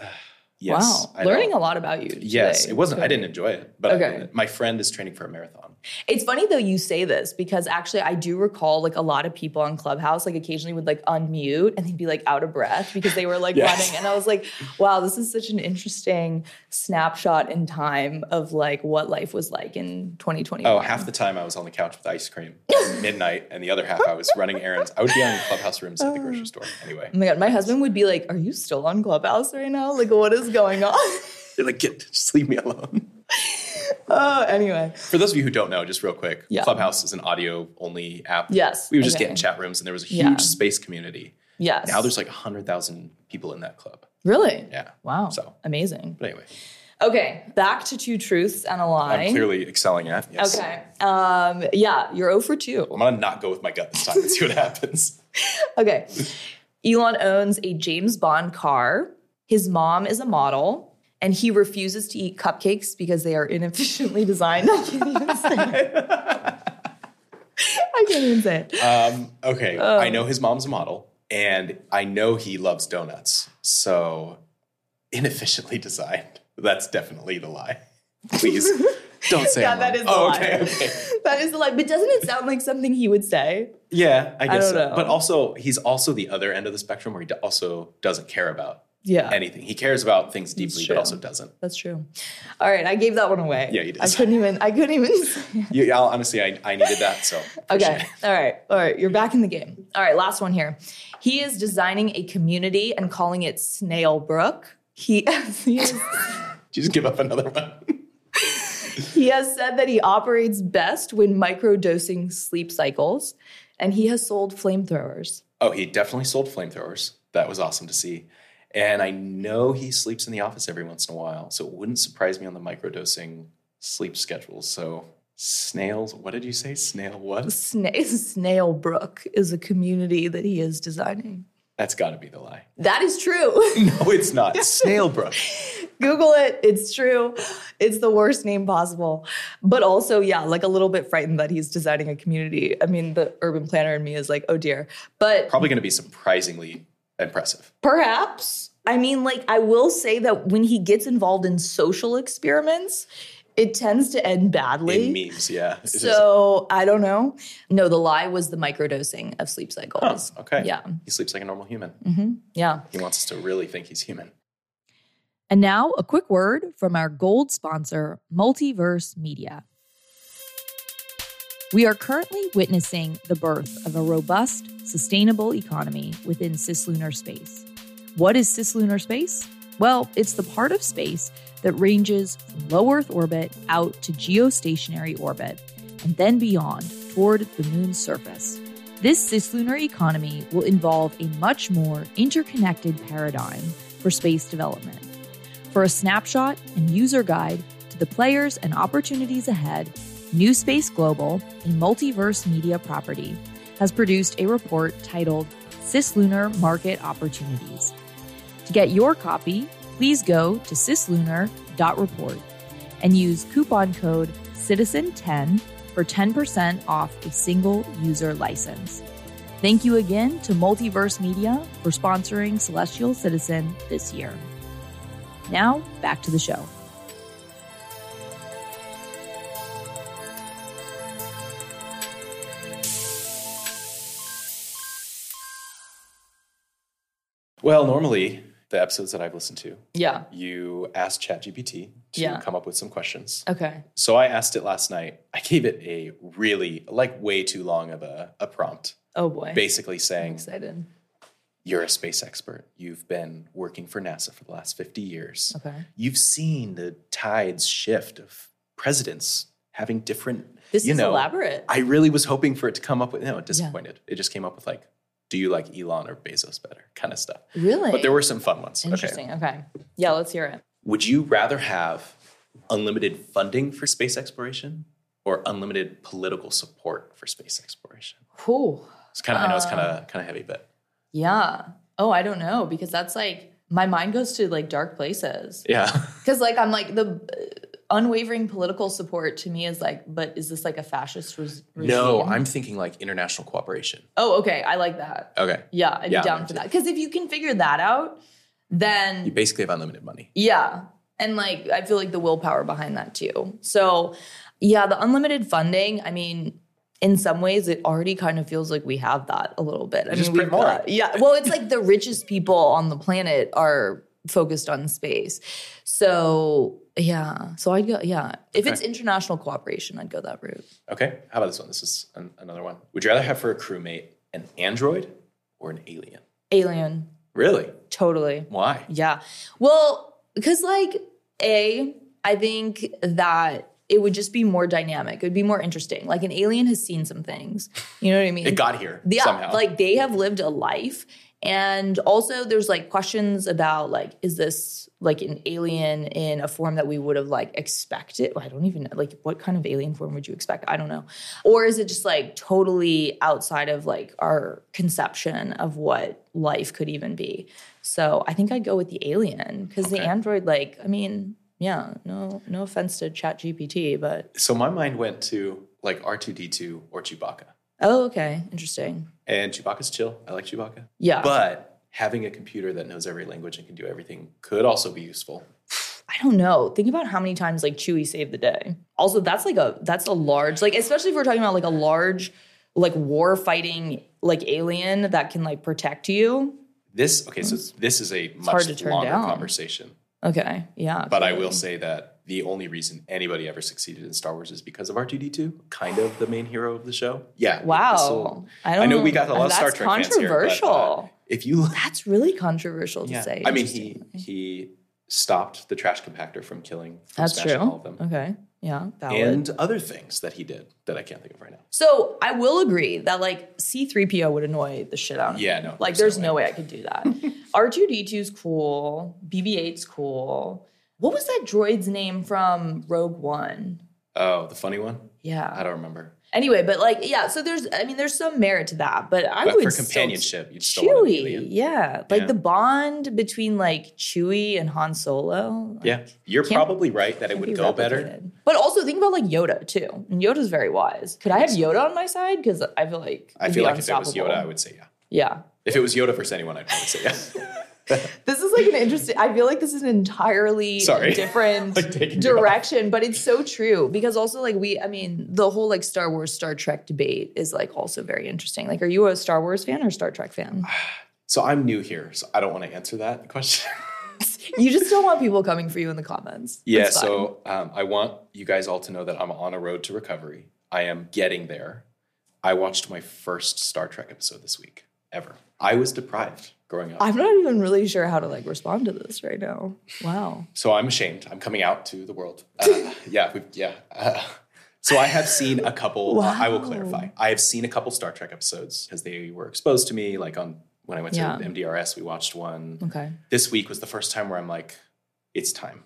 Speaker 2: yes,
Speaker 1: wow.
Speaker 2: I
Speaker 1: Learning
Speaker 2: know."
Speaker 1: a lot about you. Today.
Speaker 2: Yes, it wasn't. I
Speaker 1: Good.
Speaker 2: didn't enjoy it, but I
Speaker 1: Okay.
Speaker 2: did it. my friend is training for a marathon.
Speaker 1: It's funny though you say this because actually I do recall like a lot of people on Clubhouse like occasionally would like unmute and they'd be like out of breath because they were like
Speaker 2: *laughs* Yes.
Speaker 1: running and I was like wow this is such an interesting snapshot in time of like what life was like in 2021.
Speaker 2: Oh, half the time I was on the couch with ice cream at midnight, and the other half I was running errands. I would be on clubhouse rooms at the grocery store anyway.
Speaker 1: Oh my god, my husband would be like, "Are you still on Clubhouse right now? Like, what is going on?" *laughs*
Speaker 2: They're like, get just leave me alone.
Speaker 1: oh, anyway,
Speaker 2: For those of you who don't know, just real quick,
Speaker 1: Yeah.
Speaker 2: Clubhouse is an audio only app.
Speaker 1: Yes,
Speaker 2: we would just
Speaker 1: okay.
Speaker 2: get in chat rooms, and there was a huge
Speaker 1: Yeah.
Speaker 2: space community.
Speaker 1: yes.
Speaker 2: Now there's like hundred thousand people in that club.
Speaker 1: really,
Speaker 2: Yeah.
Speaker 1: wow,
Speaker 2: So.
Speaker 1: amazing.
Speaker 2: But anyway,
Speaker 1: Okay, back to two truths and a lie.
Speaker 2: I'm clearly excelling at. Yes.
Speaker 1: okay, um, yeah, you're 0 for two.
Speaker 2: I'm gonna not go with my gut this time and see what *laughs* happens.
Speaker 1: Okay. Elon owns a James Bond car. His mom is a model, and he refuses to eat cupcakes because they are inefficiently designed. *laughs* I can't even say it. I can't even say it.
Speaker 2: Um, okay,
Speaker 1: Oh.
Speaker 2: I know his mom's a model, and I know he loves donuts. So inefficiently *laughs* designed. That's definitely the lie. Please don't
Speaker 1: *laughs*
Speaker 2: say.
Speaker 1: Yeah,
Speaker 2: I'm
Speaker 1: that
Speaker 2: wrong.
Speaker 1: is the
Speaker 2: oh,
Speaker 1: lie.
Speaker 2: okay, okay.
Speaker 1: That is the lie. But doesn't it sound like something he would say?
Speaker 2: Yeah, I guess.
Speaker 1: don't
Speaker 2: so.
Speaker 1: know.
Speaker 2: But also, he's also the other end of the spectrum where he do- also doesn't care about
Speaker 1: Yeah.
Speaker 2: anything. He cares about things deeply, but
Speaker 1: true.
Speaker 2: also doesn't.
Speaker 1: That's true. All right, I gave that one away.
Speaker 2: Yeah, you did.
Speaker 1: I couldn't even. I couldn't even. *laughs* say it.
Speaker 2: You, I'll- honestly, I, I needed that. So appreciate
Speaker 1: *laughs*
Speaker 2: *laughs*
Speaker 1: Okay.
Speaker 2: it.
Speaker 1: All right. All right. You're back in the game. All right. Last one here. He is designing a community and calling it Snail Brook. He, *laughs* he is
Speaker 2: Did you just give up another one.
Speaker 1: He has said that he operates best when microdosing sleep cycles, and he has sold flamethrowers.
Speaker 2: Oh, he definitely sold flamethrowers. That was awesome to see. And I know he sleeps in the office every once in a while, so it wouldn't surprise me on the microdosing sleep schedule. So snails, what did you say? Snail what?
Speaker 1: Sna- *laughs* Snail Brook is a community that he is designing.
Speaker 2: That's got to be the lie. *laughs*
Speaker 1: That is true. *laughs*
Speaker 2: No, it's not. Snailbrook.
Speaker 1: Google it. It's true. It's the worst name possible. But also, yeah, like a little bit frightened that he's designing a community. I mean, the urban planner in me is like, oh dear. But
Speaker 2: Probably going to be surprisingly impressive.
Speaker 1: Perhaps. I mean, like, I will say that when he gets involved in social experiments, it tends to end badly.
Speaker 2: In memes, yeah. It's just-
Speaker 1: So I don't know. No, the lie was the microdosing of sleep
Speaker 2: Huh,
Speaker 1: cycles.
Speaker 2: Oh, okay.
Speaker 1: Yeah.
Speaker 2: He sleeps like a normal human.
Speaker 1: hmm Yeah.
Speaker 2: He wants us to really think he's human.
Speaker 1: And now, a quick word from our gold sponsor, Multiverse Media.
Speaker 5: We are currently witnessing the birth of a robust, sustainable economy within cislunar space. What is cislunar space? Well, it's the part of space that ranges from low Earth orbit out to geostationary orbit and then beyond toward the moon's surface. This cislunar economy will involve a much more interconnected paradigm for space development. For a snapshot and user guide to the players and opportunities ahead, New Space Global, a multiverse media property, has produced a report titled Cislunar Market Opportunities. To get your copy, please go to cislunar.report and use coupon code CITIZEN10 for 10% off a single user license. Thank you again to Multiverse Media for sponsoring Celestial Citizen this year. Now, back to the show.
Speaker 2: Well, normally, the episodes that I've listened to,
Speaker 1: Yeah.
Speaker 2: you ask ChatGPT to
Speaker 1: Yeah.
Speaker 2: come up with some questions.
Speaker 1: Okay.
Speaker 2: So I asked it last night. I gave it a really, like, way too long of a, a prompt,
Speaker 1: Oh boy.
Speaker 2: basically
Speaker 1: I'm
Speaker 2: saying,
Speaker 1: excited.
Speaker 2: You're a space expert. You've been working for NASA for the last 50 years.
Speaker 1: Okay.
Speaker 2: You've seen the tides shift of presidents having different.
Speaker 1: This
Speaker 2: you
Speaker 1: is
Speaker 2: know,
Speaker 1: elaborate.
Speaker 2: I really was hoping for it to come up with, no, disappointed. It just came up with, like, do you like Elon or Bezos better kind of stuff.
Speaker 1: really?
Speaker 2: But there were some fun ones. Okay.
Speaker 1: Interesting. Okay. Yeah, let's hear it.
Speaker 2: Would you rather have unlimited funding for space exploration or unlimited political support for space exploration?
Speaker 1: Whew.
Speaker 2: It's kind of I know it's kind of kind of heavy, but
Speaker 1: Yeah. Oh, I don't know because that's like my mind goes to like dark places.
Speaker 2: yeah,
Speaker 1: Because like I'm like the uh, unwavering political support to me is like, but is this like a fascist res- regime?
Speaker 2: no, I'm thinking like international cooperation.
Speaker 1: Oh, okay. I like that.
Speaker 2: Okay,
Speaker 1: Yeah, I'd
Speaker 2: Yeah,
Speaker 1: be
Speaker 2: I'm
Speaker 1: down for
Speaker 2: into
Speaker 1: that. Because if you can figure that out, then
Speaker 2: you basically have unlimited money.
Speaker 1: Yeah. And like I feel like the willpower behind that too. So, yeah, the unlimited funding, I mean, in some ways it already kind of feels like we have that a little bit. I
Speaker 2: Just
Speaker 1: mean,
Speaker 2: print
Speaker 1: we've
Speaker 2: more.
Speaker 1: got- yeah. Well, it's like the richest people on the planet are focused on space. So, yeah. So I'd go yeah. If it's
Speaker 2: Okay.
Speaker 1: international cooperation, I'd go that route.
Speaker 2: Okay, how about this one? This is an, another one. Would you rather have for a crewmate an android or an alien?
Speaker 1: Alien,
Speaker 2: Really?
Speaker 1: totally.
Speaker 2: Why?
Speaker 1: Yeah. Well, because like a, I think that it would just be more dynamic. It would be more interesting. Like an alien has seen some things. You know what I mean?
Speaker 2: It got here
Speaker 1: yeah,
Speaker 2: somehow.
Speaker 1: uh, like they have lived a life. And also there's like questions about like, is this like an alien in a form that we would have like expected? I don't even know. Like what kind of alien form would you expect? I don't know. Or is it just like totally outside of like our conception of what life could even be? So I think I'd go with the alien because the
Speaker 2: Okay.
Speaker 1: android, like, I mean, yeah, no, no offense to Chat GPT, but
Speaker 2: so my mind went to like R two D two or Chewbacca,
Speaker 1: oh, okay, interesting.
Speaker 2: and Chewbacca's chill. I like Chewbacca.
Speaker 1: Yeah,
Speaker 2: But having a computer that knows every language and can do everything could also be useful.
Speaker 1: I don't know. Think about how many times like Chewy saved the day. Also, that's like a that's a large like especially if we're talking about like a large like war fighting like alien that can like protect you.
Speaker 2: This okay, so this is a
Speaker 1: Hmm. hard
Speaker 2: much
Speaker 1: to turn
Speaker 2: longer
Speaker 1: down. Hmm.
Speaker 2: conversation.
Speaker 1: Okay, yeah.
Speaker 2: But I will say that the only reason anybody ever succeeded in Star Wars is because of R2D2, kind of the main hero of the show. Yeah.
Speaker 1: wow.
Speaker 2: this'll- I know we got a lot of Star
Speaker 1: that's
Speaker 2: Trek fans here. but, uh,
Speaker 1: controversial.
Speaker 2: if you
Speaker 1: that's really controversial to
Speaker 2: yeah.
Speaker 1: say.
Speaker 2: I mean he he stopped the trash compactor from killing from
Speaker 1: That's
Speaker 2: smashing
Speaker 1: true.
Speaker 2: all of them.
Speaker 1: Okay. Yeah. Valid.
Speaker 2: And other things that he did that I can't think of right now.
Speaker 1: so I will agree that like C3PO would annoy the shit out of me.
Speaker 2: Yeah, no,
Speaker 1: Like
Speaker 2: there's
Speaker 1: there's
Speaker 2: no
Speaker 1: no way I could do that. *laughs* R2D2's cool. BB8's cool. What was that droid's name from Rogue One?
Speaker 2: Oh, the funny one?
Speaker 1: Yeah.
Speaker 2: I don't remember.
Speaker 1: Anyway, but like, yeah, so there's, I mean, there's some merit to that, but I
Speaker 2: But
Speaker 1: would
Speaker 2: for
Speaker 1: still-
Speaker 2: companionship, you'd still want an
Speaker 1: Chewie,
Speaker 2: alien.
Speaker 1: yeah, like
Speaker 2: Yeah.
Speaker 1: the bond between like Chewie and Han Solo. like,
Speaker 2: Yeah. You're
Speaker 1: Can't-
Speaker 2: probably right that it
Speaker 1: can't
Speaker 2: would
Speaker 1: be
Speaker 2: go better.
Speaker 1: replicated. But also think about like Yoda too. And Yoda's very wise. Could I have Yoda on my side? Because I feel like
Speaker 2: I
Speaker 1: it'd
Speaker 2: feel
Speaker 1: be
Speaker 2: like if it was Yoda,
Speaker 1: unstoppable.
Speaker 2: I would say yeah.
Speaker 1: Yeah,
Speaker 2: If it was Yoda versus anyone, I'd probably say yeah.
Speaker 1: *laughs* this is like an interesting. I feel like this is an entirely
Speaker 2: Sorry. *laughs*
Speaker 1: different
Speaker 2: Like taking you off.
Speaker 1: direction, but it's so true because also like we, I mean, the whole like Star Wars Star Trek debate is like also very interesting. Like, are you a Star Wars fan or a Star Trek
Speaker 2: *sighs*
Speaker 1: fan?
Speaker 2: so I'm new here, so I don't want to answer that question.
Speaker 1: you just don't want people coming for you in the comments.
Speaker 2: yeah,
Speaker 1: That's fine.
Speaker 2: so um, I want you guys all to know that I'm on a road to recovery. I am getting there. I watched my first Star Trek episode this week, ever. I was deprived growing up.
Speaker 1: I'm not even really sure how to like respond to this right now. Wow.
Speaker 2: so I'm ashamed. I'm coming out to the world.
Speaker 1: *laughs*
Speaker 2: Uh, yeah, we, yeah. Uh, so I have seen a couple. I will
Speaker 1: Wow.
Speaker 2: clarify. I have seen a couple Star Trek episodes because they were exposed to me. Like on when I went
Speaker 1: Yeah.
Speaker 2: to MDRS, we watched one.
Speaker 1: Okay.
Speaker 2: This week was the first time where I'm like, it's time.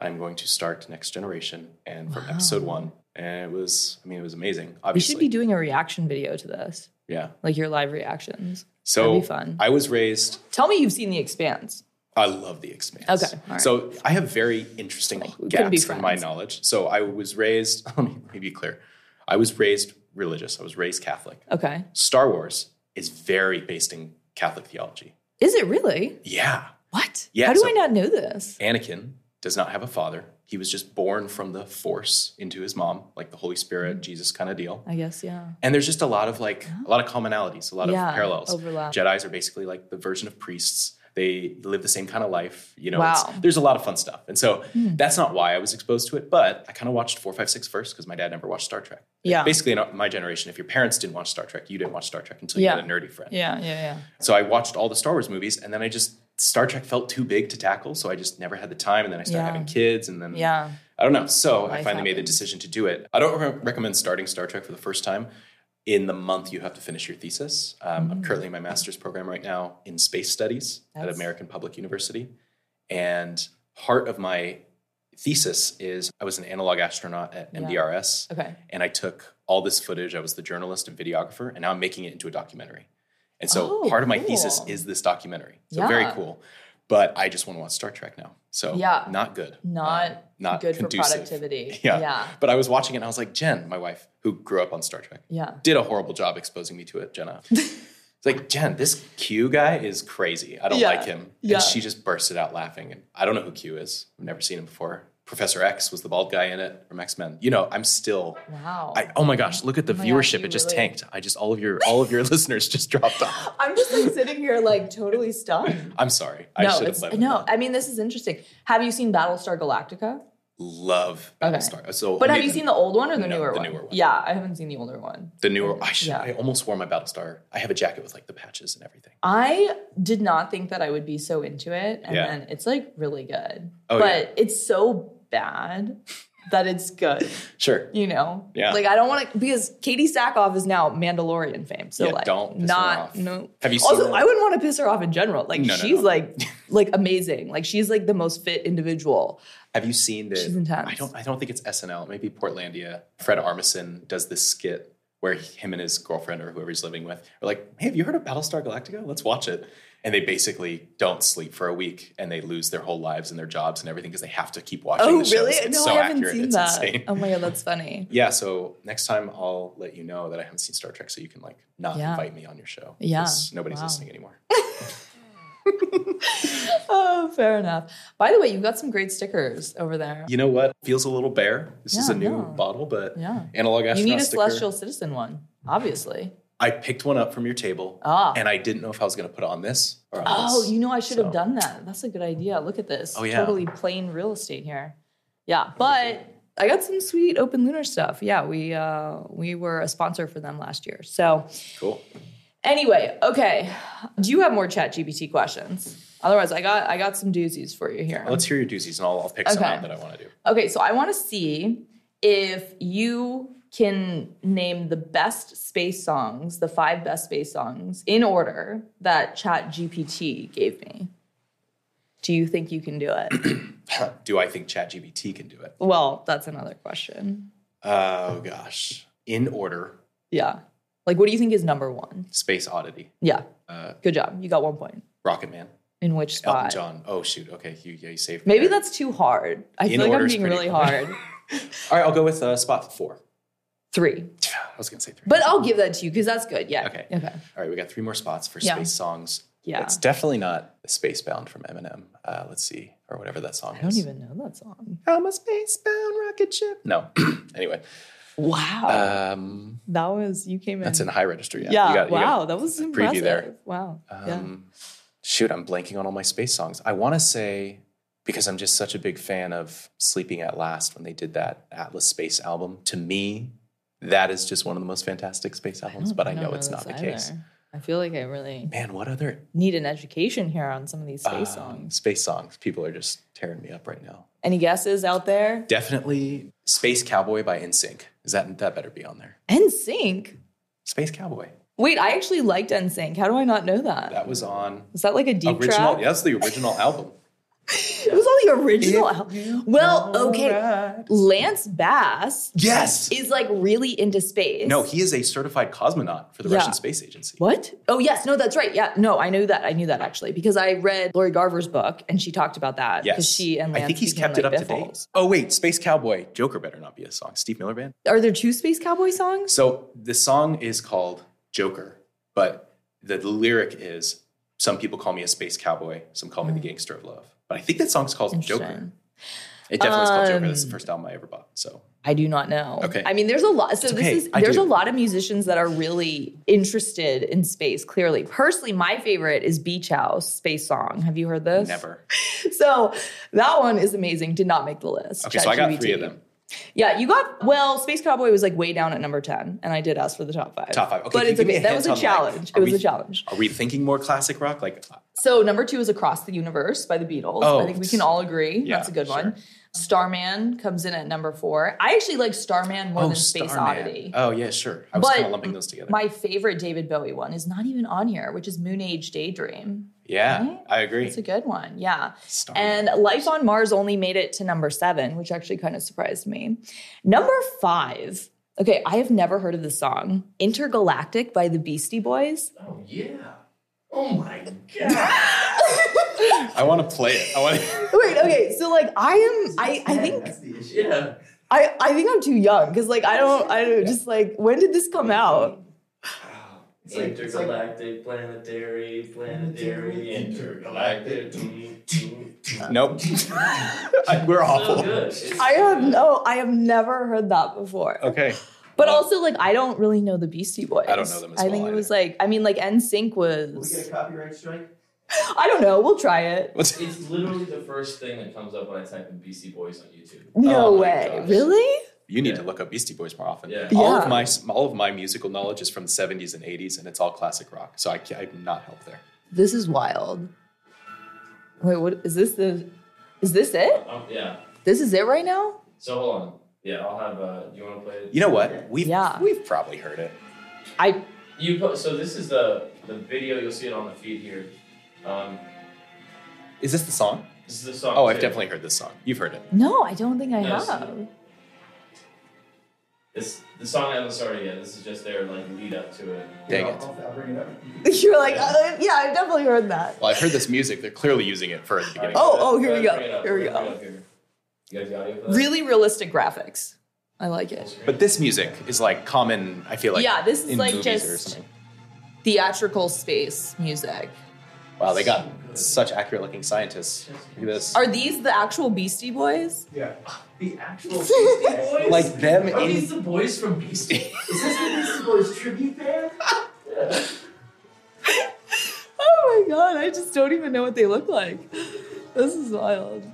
Speaker 2: I'm going to start Next Generation, and from
Speaker 1: Wow.
Speaker 2: episode one, and it was. I mean, it was amazing.
Speaker 1: We
Speaker 2: Obviously,
Speaker 1: should be doing a reaction video to this,
Speaker 2: yeah.
Speaker 1: like your live reactions.
Speaker 2: So
Speaker 1: That'd be fun.
Speaker 2: I was raised.
Speaker 1: Tell me you've seen The Expanse.
Speaker 2: I love The Expanse.
Speaker 1: Okay, all right.
Speaker 2: So I have very interesting
Speaker 1: we couldn't be
Speaker 2: gaps in my
Speaker 1: friends.
Speaker 2: knowledge. So I was raised, *laughs* let me, let me be clear. I was raised religious. I was raised Catholic.
Speaker 1: Okay.
Speaker 2: Star Wars is very based in Catholic theology.
Speaker 1: Is it really?
Speaker 2: Yeah.
Speaker 1: What?
Speaker 2: Yeah,
Speaker 1: How do
Speaker 2: so-
Speaker 1: I not know this?
Speaker 2: Anakin does not have a father. He was just born from the Force into his mom, like the Holy Spirit, Jesus kind of deal.
Speaker 1: I guess, yeah.
Speaker 2: And there's just a lot of like a lot of commonalities, a lot
Speaker 1: Yeah,
Speaker 2: of parallels.
Speaker 1: overlap.
Speaker 2: Jedi's are basically like the version of priests. They live the same kind of life. You know, it's-
Speaker 1: Wow. Hmm.
Speaker 2: there's a lot of fun stuff. And so that's not why I was exposed to it, but I kind of watched 456 first because my dad never watched Star Trek.
Speaker 1: Yeah.
Speaker 2: Basically, in my generation, if your parents didn't watch Star Trek, you didn't watch Star Trek until
Speaker 1: Yeah.
Speaker 2: you had a nerdy friend.
Speaker 1: Yeah, yeah, yeah.
Speaker 2: So I watched all the Star Wars movies and then I just, Star Trek felt too big to tackle. So I just never had the time. And then I started
Speaker 1: Yeah.
Speaker 2: having kids and then
Speaker 1: Mm. Yeah.
Speaker 2: I don't know. So I
Speaker 1: Life
Speaker 2: finally made the
Speaker 1: happens.
Speaker 2: decision to do it. I don't re- recommend starting Star Trek for the first time. In the month, you have to finish your thesis. Um, I'm currently in my master's program right now in space studies at
Speaker 1: Mm-hmm. That's-
Speaker 2: American Public University. And part of my thesis is I was an analog astronaut at
Speaker 1: Yeah.
Speaker 2: MDRS,
Speaker 1: Okay.
Speaker 2: and I took all this footage. I was the journalist and videographer, and now I'm making it into a documentary. And so
Speaker 1: Oh,
Speaker 2: part of my thesis
Speaker 1: cool.
Speaker 2: is this documentary. So very
Speaker 1: Yeah.
Speaker 2: cool. But I just want to watch Star Trek now. So
Speaker 1: Yeah.
Speaker 2: not good.
Speaker 1: Not
Speaker 2: Um, not
Speaker 1: Good
Speaker 2: conducive.
Speaker 1: for productivity.
Speaker 2: *laughs* Yeah.
Speaker 1: Yeah.
Speaker 2: But I was watching it and I was like, Jen, my wife, who grew up on Star Trek,
Speaker 1: Yeah.
Speaker 2: did a horrible job exposing me to
Speaker 1: *laughs*
Speaker 2: it, Jenna. It's like, Jen, this Q guy is crazy. I don't
Speaker 1: Yeah.
Speaker 2: like him.
Speaker 1: Yeah.
Speaker 2: And she just bursted out laughing. And I don't know who Q is. I've never seen him before. Professor X was the bald guy in it from X Men. You know, I'm still.
Speaker 1: Wow.
Speaker 2: I, oh my gosh! Look at the
Speaker 1: my gosh,
Speaker 2: viewership;
Speaker 1: you
Speaker 2: it just
Speaker 1: really-
Speaker 2: tanked. I just all of your all of your *laughs* listeners just dropped off.
Speaker 1: I'm just like sitting here like totally stunned.
Speaker 2: I'm sorry. I
Speaker 1: no,
Speaker 2: should have
Speaker 1: it's,
Speaker 2: led with
Speaker 1: no.
Speaker 2: that.
Speaker 1: I mean, this is interesting. Have you seen Battlestar Galactica?
Speaker 2: Love
Speaker 1: Okay.
Speaker 2: Battlestar. So,
Speaker 1: But
Speaker 2: I
Speaker 1: have
Speaker 2: mean,
Speaker 1: you seen the old one or the
Speaker 2: Oh, No,
Speaker 1: newer
Speaker 2: the
Speaker 1: one?
Speaker 2: newer one.
Speaker 1: Yeah, I haven't seen the older one.
Speaker 2: the newer? I, should,
Speaker 1: Yeah.
Speaker 2: I almost wore my Battlestar. I have a jacket with like the patches and everything.
Speaker 1: I did not think that I would be so into it, and
Speaker 2: Yeah.
Speaker 1: then it's like really good.
Speaker 2: Oh,
Speaker 1: but it's so bad that it's good.
Speaker 2: Sure.
Speaker 1: You know,
Speaker 2: Yeah.
Speaker 1: Like I don't want to because Katie Sackhoff is now Mandalorian fame. So
Speaker 2: Yeah,
Speaker 1: like,
Speaker 2: don't piss her
Speaker 1: not
Speaker 2: off.
Speaker 1: no.
Speaker 2: Have you seen
Speaker 1: Also,
Speaker 2: her-
Speaker 1: I wouldn't want to piss her off in general. Like
Speaker 2: No, no,
Speaker 1: she's
Speaker 2: no.
Speaker 1: like like amazing. Like she's like the most fit individual.
Speaker 2: Have you seen the?
Speaker 1: She's intense.
Speaker 2: I don't. I don't think it's SNL. Maybe Portlandia. Fred Armisen does this skit where he- him and his girlfriend or whoever he's living with are like, "Hey, have you heard of Battlestar Galactica? Let's watch it." And they basically don't sleep for a week, and they lose their whole lives and their jobs and everything because they have to keep watching.
Speaker 1: Oh
Speaker 2: the shows.
Speaker 1: really?
Speaker 2: It's
Speaker 1: no,
Speaker 2: so
Speaker 1: I haven't
Speaker 2: accurate.
Speaker 1: seen
Speaker 2: it's
Speaker 1: that.
Speaker 2: insane.
Speaker 1: Oh my god, that's
Speaker 2: *laughs*
Speaker 1: funny.
Speaker 2: yeah. So next time I'll let you know that I haven't seen Star Trek, so you can like not
Speaker 1: Yeah.
Speaker 2: invite me on your show.
Speaker 1: Yeah.
Speaker 2: 'cause Nobody's
Speaker 1: Wow.
Speaker 2: listening anymore.
Speaker 1: Oh, fair enough. By the way, you've got some great stickers over there.
Speaker 2: You know what? Feels a little bare. This is
Speaker 1: Yeah,
Speaker 2: a new
Speaker 1: no.
Speaker 2: bottle, but
Speaker 1: Yeah.
Speaker 2: analog astronaut
Speaker 1: You need a
Speaker 2: sticker.
Speaker 1: celestial citizen one, obviously.
Speaker 2: I picked one up from your table,
Speaker 1: Ah.
Speaker 2: and I didn't know if I was going to put it on this or on
Speaker 1: Oh,
Speaker 2: this.
Speaker 1: you know, I should have
Speaker 2: So-
Speaker 1: done that. That's a good idea. Look at this.
Speaker 2: Oh, yeah.
Speaker 1: Totally plain real estate here. Yeah. But I got some sweet open lunar stuff. Yeah, we uh we were a sponsor for them last year. So
Speaker 2: cool.
Speaker 1: Anyway, okay. Do you have more chat GPT questions? Otherwise, I got I got some doozies for you here.
Speaker 2: Let's hear your doozies, and I'll, I'll pick some
Speaker 1: Okay.
Speaker 2: out that I want to do. *laughs*
Speaker 1: Okay, so I want to see if you can name the best space songs, the five best space songs in order that Chat GPT gave me. Do you think you can do
Speaker 2: *clears throat*
Speaker 1: it?
Speaker 2: do I think ChatGPT can do it?
Speaker 1: well, that's another question.
Speaker 2: Oh gosh, in order,
Speaker 1: Yeah. Like, what do you think is number one?
Speaker 2: Space Oddity,
Speaker 1: Yeah.
Speaker 2: uh,
Speaker 1: Good job. You got one point.
Speaker 2: Rocket Man,
Speaker 1: In which spot?
Speaker 2: Elton John. Oh shoot, okay, you yeah you saved. me
Speaker 1: Maybe
Speaker 2: there.
Speaker 1: that's too hard. I
Speaker 2: In
Speaker 1: feel like I'm
Speaker 2: order's
Speaker 1: being
Speaker 2: pretty
Speaker 1: really
Speaker 2: hard. *laughs*
Speaker 1: hard.
Speaker 2: all right. I'll go with uh, spot four. *sighs*
Speaker 1: Three.
Speaker 2: I was gonna say three.
Speaker 1: But I'll give that to you because that's good. Yeah.
Speaker 2: Okay.
Speaker 1: Okay.
Speaker 2: all right, we got three more spots for
Speaker 1: Yeah.
Speaker 2: space songs.
Speaker 1: Yeah.
Speaker 2: It's definitely not Space Bound from Eminem. Uh, let's see, or whatever that song
Speaker 1: I don't
Speaker 2: is.
Speaker 1: even know that song.
Speaker 2: I'm a space bound rocket ship. No. *clears throat* anyway,
Speaker 1: Wow.
Speaker 2: um,
Speaker 1: that was, you came in.
Speaker 2: that's in high register. Yeah.
Speaker 1: yeah.
Speaker 2: You got- you got-
Speaker 1: wow. that was impressive.
Speaker 2: preview there.
Speaker 1: Wow. yeah.
Speaker 2: Um, Shoot, I'm blanking on all my space songs. I want to say because I'm just such a big fan of Sleeping at Last when they did that Atlas Space album. To me, that is just one of the most fantastic space albums. but I know, it's not
Speaker 1: this
Speaker 2: the case.
Speaker 1: either. I feel like I really
Speaker 2: Man, what other
Speaker 1: need an education here on some of these space
Speaker 2: um,
Speaker 1: songs.
Speaker 2: Space songs. People are just tearing me up right now.
Speaker 1: Any guesses out there?
Speaker 2: Definitely Space Cowboy by NSYNC. Is that that better be on there?
Speaker 1: And Sync.
Speaker 2: Space Cowboy.
Speaker 1: Wait, I actually liked NSYNC. How do I not know that?
Speaker 2: That was on
Speaker 1: Was that like a deep
Speaker 2: original.
Speaker 1: track?
Speaker 2: Yeah, that's the original album.
Speaker 1: It was on the original. al- Well, okay. Lance Bass
Speaker 2: Yes.
Speaker 1: is like really into space.
Speaker 2: No, he is a certified cosmonaut for the
Speaker 1: Yeah.
Speaker 2: Russian Space Agency.
Speaker 1: What? Oh, yes. No, that's right. Yeah. No, I knew that. I knew that actually because I read Lori Garver's book and she talked about that.
Speaker 2: Yes.
Speaker 1: Because she and Lance
Speaker 2: I think he's
Speaker 1: became,
Speaker 2: kept it
Speaker 1: like,
Speaker 2: up to
Speaker 1: biffles.
Speaker 2: date. Oh wait, Space Cowboy. Joker better not be a song. Steve Miller Band.
Speaker 1: Are there two Space Cowboy songs?
Speaker 2: So the song is called Joker, but the lyric is some people call me a space cowboy, some call me the gangster of love. But I think that song's called Oh, Joker.
Speaker 1: Mm. Interesting.
Speaker 2: It definitely is called Joker.
Speaker 1: Um,
Speaker 2: That's the first album I ever bought. So
Speaker 1: I do not know.
Speaker 2: Okay.
Speaker 1: I mean, there's a lot. So this
Speaker 2: It's okay.
Speaker 1: is
Speaker 2: I
Speaker 1: there's
Speaker 2: do.
Speaker 1: a lot of musicians that are really interested in space. Clearly, personally, my favorite is Beach House Space Song. Have you heard this?
Speaker 2: never.
Speaker 1: *laughs* So that one is amazing. Did not make the list.
Speaker 2: Okay, so I got three
Speaker 1: ChatGPT.
Speaker 2: of them.
Speaker 1: Yeah, you got well. Space Cowboy was like way down at number ten, and I did ask for the top five.
Speaker 2: Top five. Okay,
Speaker 1: but
Speaker 2: can you
Speaker 1: it's
Speaker 2: give me
Speaker 1: okay.
Speaker 2: a
Speaker 1: That
Speaker 2: hint
Speaker 1: was a
Speaker 2: on, like,
Speaker 1: challenge.
Speaker 2: are
Speaker 1: it was
Speaker 2: we-
Speaker 1: a challenge.
Speaker 2: Are we thinking more classic rock? Like
Speaker 1: So number two is Across the Universe by the Beatles.
Speaker 2: Oh,
Speaker 1: I think we can all agree that's a good
Speaker 2: sure.
Speaker 1: one. Starman comes in at number four. I actually like Starman more
Speaker 2: oh,
Speaker 1: than Space
Speaker 2: Starman.
Speaker 1: Oddity.
Speaker 2: Oh yeah, sure. I was
Speaker 1: But
Speaker 2: kind of lumping those together.
Speaker 1: My favorite David Bowie one is not even on here, which is Moon Age Daydream.
Speaker 2: yeah,
Speaker 1: Right?
Speaker 2: I agree.
Speaker 1: It's a good one. Yeah.
Speaker 2: Starman.
Speaker 1: And Life on Mars only made it to number seven, which actually kind of surprised me. Number five. Okay, I have never heard of this song. Intergalactic by the Beastie Boys.
Speaker 2: Oh yeah. Oh my god. I want to play it. I want.
Speaker 1: *laughs*
Speaker 2: To,
Speaker 1: Wait, okay, so like I am *laughs* I I think
Speaker 2: the issue. Yeah.
Speaker 1: I I think I'm too young because like I don't I don't just like when did this come out?
Speaker 6: It's like intergalactic, planetary, planetary, intergalactic.
Speaker 2: Nope. I- We're
Speaker 6: So
Speaker 2: awful.
Speaker 6: good.
Speaker 1: *laughs*
Speaker 6: It's
Speaker 1: I have no I have never heard that before.
Speaker 2: Okay.
Speaker 1: But also like I don't really know the Beastie Boys.
Speaker 2: I don't know them as
Speaker 1: I
Speaker 2: well
Speaker 1: think it was
Speaker 2: either.
Speaker 1: like I mean like NSYNC
Speaker 6: Will we
Speaker 1: was
Speaker 6: get a copyright strike?
Speaker 1: I don't know, we'll try it.
Speaker 2: What's
Speaker 6: It's literally the first thing that comes up when I type in BC Boys on YouTube.
Speaker 1: No
Speaker 2: Oh my
Speaker 1: way.
Speaker 2: gosh.
Speaker 1: Really?
Speaker 2: you need
Speaker 6: Yeah.
Speaker 2: to look up Beastie Boys more often.
Speaker 6: Yeah.
Speaker 2: All
Speaker 1: Yeah.
Speaker 2: of my all of my musical knowledge is from the 70s and 80s, and it's all classic rock. So I can't, I'm not helped there.
Speaker 1: This is wild. Wait, what is this the is this it?
Speaker 6: Um, yeah.
Speaker 1: This is it right now?
Speaker 6: So hold on. Yeah, I'll have. Uh, you want to play it?
Speaker 2: You know what? We've
Speaker 1: Yeah.
Speaker 2: we've probably heard it.
Speaker 1: I
Speaker 6: You po- so this is the the video. You'll see it on the feed here. Um,
Speaker 2: Is this the song?
Speaker 6: this is the song.
Speaker 2: Oh, I've
Speaker 6: too.
Speaker 2: definitely heard this song. You've heard it.
Speaker 1: no, I don't think I
Speaker 6: No, it's-
Speaker 1: have. *laughs*
Speaker 6: This the song I haven't started yet. This is just their like lead up to it.
Speaker 2: Dang
Speaker 6: I'll-
Speaker 2: it.
Speaker 6: I'll- I'll bring it up.
Speaker 1: You're like, uh, yeah, I've definitely heard that.
Speaker 2: Well, I've heard this music. They're clearly using it for the
Speaker 6: All right,
Speaker 2: beginning.
Speaker 1: Oh,
Speaker 6: go
Speaker 1: oh, here
Speaker 6: ahead,
Speaker 1: we go.
Speaker 6: bring it up,
Speaker 1: Here we
Speaker 6: bring it
Speaker 1: go.
Speaker 6: up here. You guys got audio for that?
Speaker 1: Really realistic graphics. I like it.
Speaker 2: But this music is like common. I feel like
Speaker 1: Yeah, this is
Speaker 2: in
Speaker 1: like
Speaker 2: movies or
Speaker 1: just-
Speaker 2: something.
Speaker 1: Theatrical space music.
Speaker 2: Wow, they got such accurate looking scientists. Look at this.
Speaker 1: Are these the actual Beastie Boys?
Speaker 6: Yeah.
Speaker 1: *laughs*
Speaker 6: The actual Beastie Boys?
Speaker 2: Like them
Speaker 6: Are
Speaker 2: in-
Speaker 6: these the boys from Beastie? Is this the Beastie Boys tribute band? Yeah.
Speaker 1: Oh my god, I just don't even know what they look like. This is wild.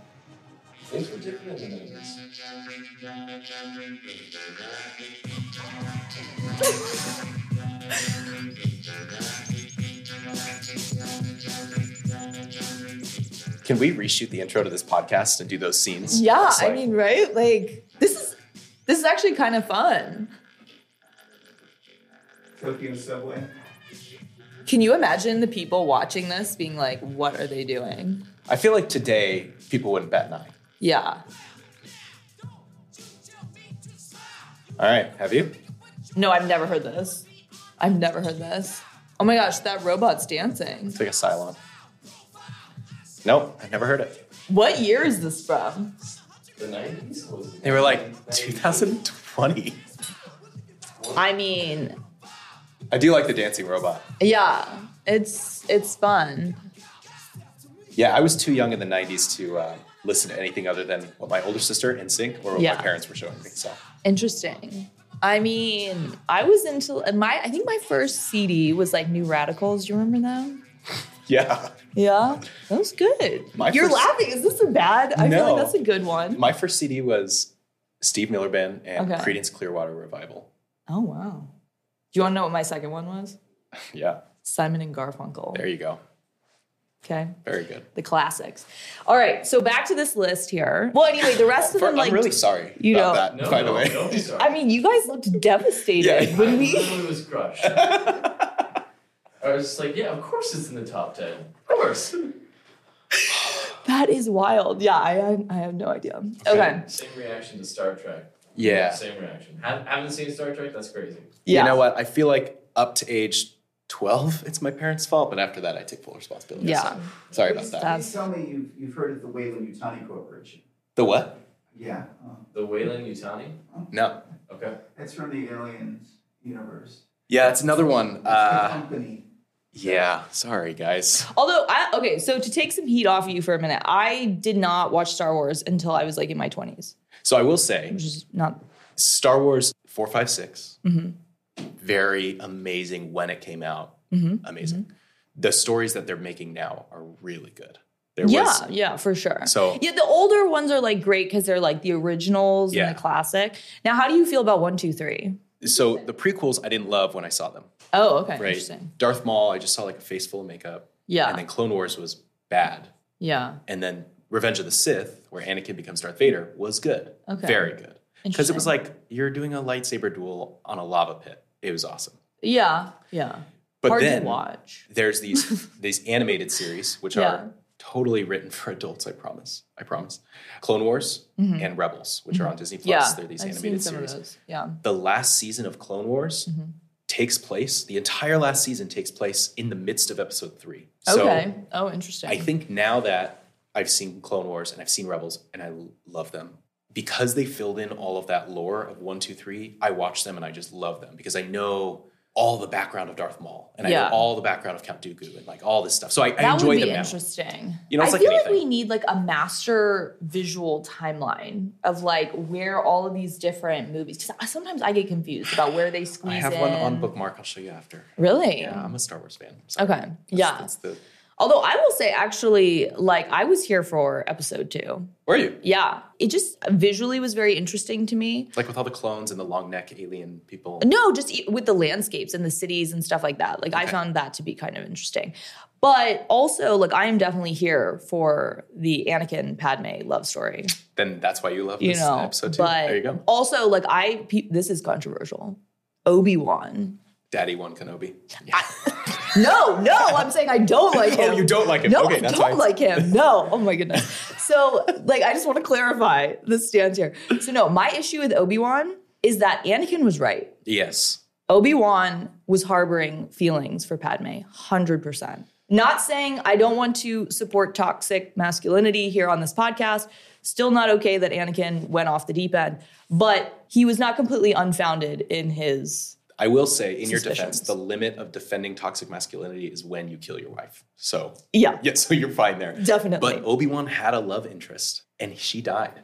Speaker 6: Things were different in the 90s.
Speaker 2: Can we reshoot the intro to this podcast and do those scenes?
Speaker 1: Yeah,
Speaker 2: It's
Speaker 1: I
Speaker 2: like-
Speaker 1: mean, right? Like this is this is actually kind of fun.
Speaker 7: Tokyo subway.
Speaker 1: Can you imagine the people watching this being like, what are they doing?
Speaker 2: I feel like today people wouldn't bat an eye.
Speaker 1: Yeah.
Speaker 2: All right, have you?
Speaker 1: No, I've never heard this. I've never heard this. Oh my gosh, that robot's dancing.
Speaker 2: It's like a Cylon. Nope, I've never heard it.
Speaker 1: What year is this from?
Speaker 6: *laughs* The 90s was.
Speaker 2: They were like 2020.
Speaker 1: I mean,
Speaker 2: I do like the dancing robot.
Speaker 1: yeah, it's it's fun.
Speaker 2: Yeah, I was too young in the 90s to uh, listen to anything other than what my older sister, NSYNC, or what
Speaker 1: Yeah.
Speaker 2: my parents were showing me. So
Speaker 1: Interesting. I mean, I was into my I think my first CD was like New Radicals. Do you remember them?
Speaker 2: yeah.
Speaker 1: Yeah, that was good.
Speaker 2: My
Speaker 1: You're
Speaker 2: first-
Speaker 1: laughing. Is this a bad? I feel
Speaker 2: No.
Speaker 1: like that's a good one.
Speaker 2: My first CD was Steve Miller Band and
Speaker 1: Okay.
Speaker 2: Credence Clearwater Revival.
Speaker 1: oh wow. Do you want to know what my second one was?
Speaker 2: Yeah,
Speaker 1: Simon and Garfunkel.
Speaker 2: there you go.
Speaker 1: Okay.
Speaker 2: Very good.
Speaker 1: The classics. All right. So back to this list here. Well, anyway, the rest of
Speaker 2: For-
Speaker 1: them, like,
Speaker 2: I'm really sorry
Speaker 1: you
Speaker 2: about
Speaker 1: know-
Speaker 2: that,
Speaker 6: No,
Speaker 2: by
Speaker 6: no,
Speaker 2: the way.
Speaker 6: nobody's sorry.
Speaker 1: I mean, you guys looked devastated
Speaker 2: Yeah.
Speaker 1: when
Speaker 6: I
Speaker 1: we.
Speaker 6: literally was
Speaker 1: *laughs*
Speaker 6: crushed. I was just like, yeah, of course it's in the top 10. Of course.
Speaker 1: That is wild. Yeah, I, I have no idea. Okay.
Speaker 6: Same reaction to Star Trek.
Speaker 2: Yeah.
Speaker 6: Same reaction. Ha- haven't seen Star Trek? That's crazy.
Speaker 1: Yeah.
Speaker 2: You know what? I feel like up to age 12, it's my parents' fault, but after that, I take full responsibility.
Speaker 1: Yeah.
Speaker 2: So, sorry about
Speaker 7: Please-
Speaker 2: that.
Speaker 1: That's-
Speaker 7: Please tell me you've, you've heard of the Wayland Yutani Corporation.
Speaker 2: The what?
Speaker 7: Yeah, oh,
Speaker 6: The Wayland Yutani?
Speaker 2: No.
Speaker 6: Okay.
Speaker 7: that's from the Aliens universe.
Speaker 2: Yeah, it's another one.
Speaker 7: It's the
Speaker 2: Uh,
Speaker 7: company.
Speaker 2: yeah, sorry, guys.
Speaker 1: Although, I, okay, so to take some heat off you for a minute, I did not watch Star Wars until I was like in my 20s,
Speaker 2: So I will say,
Speaker 1: which is not.
Speaker 2: Star Wars 456,
Speaker 1: Mm-hmm.
Speaker 2: very amazing when it came out.
Speaker 1: Mm-hmm.
Speaker 2: Amazing. The stories that they're making now are really good. There
Speaker 1: yeah,
Speaker 2: was
Speaker 1: yeah, for sure.
Speaker 2: So-
Speaker 1: yeah, the older ones are like great because they're like the originals
Speaker 2: Yeah.
Speaker 1: and the classic. Now, how do you feel about one, two, three?
Speaker 2: so the prequels I didn't love when I saw them.
Speaker 1: Oh, okay,
Speaker 2: Right.
Speaker 1: interesting.
Speaker 2: Darth Maul, I just saw like a face full of makeup.
Speaker 1: Yeah.
Speaker 2: And then Clone Wars was bad.
Speaker 1: Yeah,
Speaker 2: And then Revenge of the Sith, where Anakin becomes Darth Vader, was good.
Speaker 1: Okay.
Speaker 2: Very good. Because it was
Speaker 1: Interesting.
Speaker 2: like you're doing a lightsaber duel on a lava pit. It was awesome.
Speaker 1: yeah, yeah.
Speaker 2: But
Speaker 1: Hard
Speaker 2: then
Speaker 1: to watch.
Speaker 2: there's
Speaker 1: *laughs*
Speaker 2: these these animated series which
Speaker 1: Yeah.
Speaker 2: are totally written for adults i promise i promise clone wars and rebels which are on disney plus
Speaker 1: Mm-hmm. Yeah,
Speaker 2: they're these
Speaker 1: I've seen
Speaker 2: animated
Speaker 1: some
Speaker 2: series
Speaker 1: of those. Mm-hmm. Yeah.
Speaker 2: the last season of clone wars takes place the entire last season takes place in the midst of episode three so
Speaker 1: okay. Oh, interesting.
Speaker 2: i think now that i've seen clone wars and i've seen rebels and i l- love them because they filled in all of that lore of one two three i watch them and i just love them because i know all the background of Darth Maul, and I
Speaker 1: Yeah.
Speaker 2: know all the background of Count Dooku, and like all this stuff. So I, I
Speaker 1: that
Speaker 2: enjoy
Speaker 1: would be
Speaker 2: them now.
Speaker 1: interesting.
Speaker 2: You know,
Speaker 1: I
Speaker 2: it's like
Speaker 1: feel like
Speaker 2: anything.
Speaker 1: we need like a master visual timeline of like where all of these different movies. Because sometimes I get confused about where they squeeze
Speaker 2: *sighs* I have
Speaker 1: in.
Speaker 2: one on bookmark. I'll show you after.
Speaker 1: Really?
Speaker 2: Yeah, I'm a Star Wars fan. Sorry.
Speaker 1: Okay. yeah.
Speaker 2: That's the.
Speaker 1: Although I will say, actually, like I was here for episode two.
Speaker 2: Where are you?
Speaker 1: Yeah, it just visually was very interesting to me.
Speaker 2: Like with all the clones and the long neck alien people.
Speaker 1: No, just e- with the landscapes and the cities and stuff like that. Like I
Speaker 2: Okay.
Speaker 1: found that to be kind of interesting. But also, like I am definitely here for the Anakin Padme love story.
Speaker 2: Then that's why you love
Speaker 1: You
Speaker 2: this
Speaker 1: know,
Speaker 2: episode too.
Speaker 1: but
Speaker 2: there you go.
Speaker 1: also like I pe- this is controversial. Obi Wan.
Speaker 2: Daddy one Kenobi.
Speaker 1: No, no, I'm saying I don't like him.
Speaker 2: *laughs* Oh, you don't like him.
Speaker 1: No,
Speaker 2: okay,
Speaker 1: I
Speaker 2: that's
Speaker 1: don't
Speaker 2: fine.
Speaker 1: like
Speaker 2: *laughs*
Speaker 1: him. No. Oh my goodness. So, like, I just want to clarify the stance here. So, no, my issue with Obi Wan is that Anakin was right.
Speaker 2: Yes.
Speaker 1: Obi Wan was harboring feelings for Padme, 100%. Not saying I don't want to support toxic masculinity here on this podcast. Still not okay that Anakin went off the deep end, but he was not completely unfounded in his.
Speaker 2: I will say, in your defense,
Speaker 1: Suspicions.
Speaker 2: the limit of defending toxic masculinity is when you kill your wife. So, *laughs*
Speaker 1: Yeah,
Speaker 2: yeah, so you're fine there.
Speaker 1: definitely.
Speaker 2: But Obi Wan had a love interest and she died.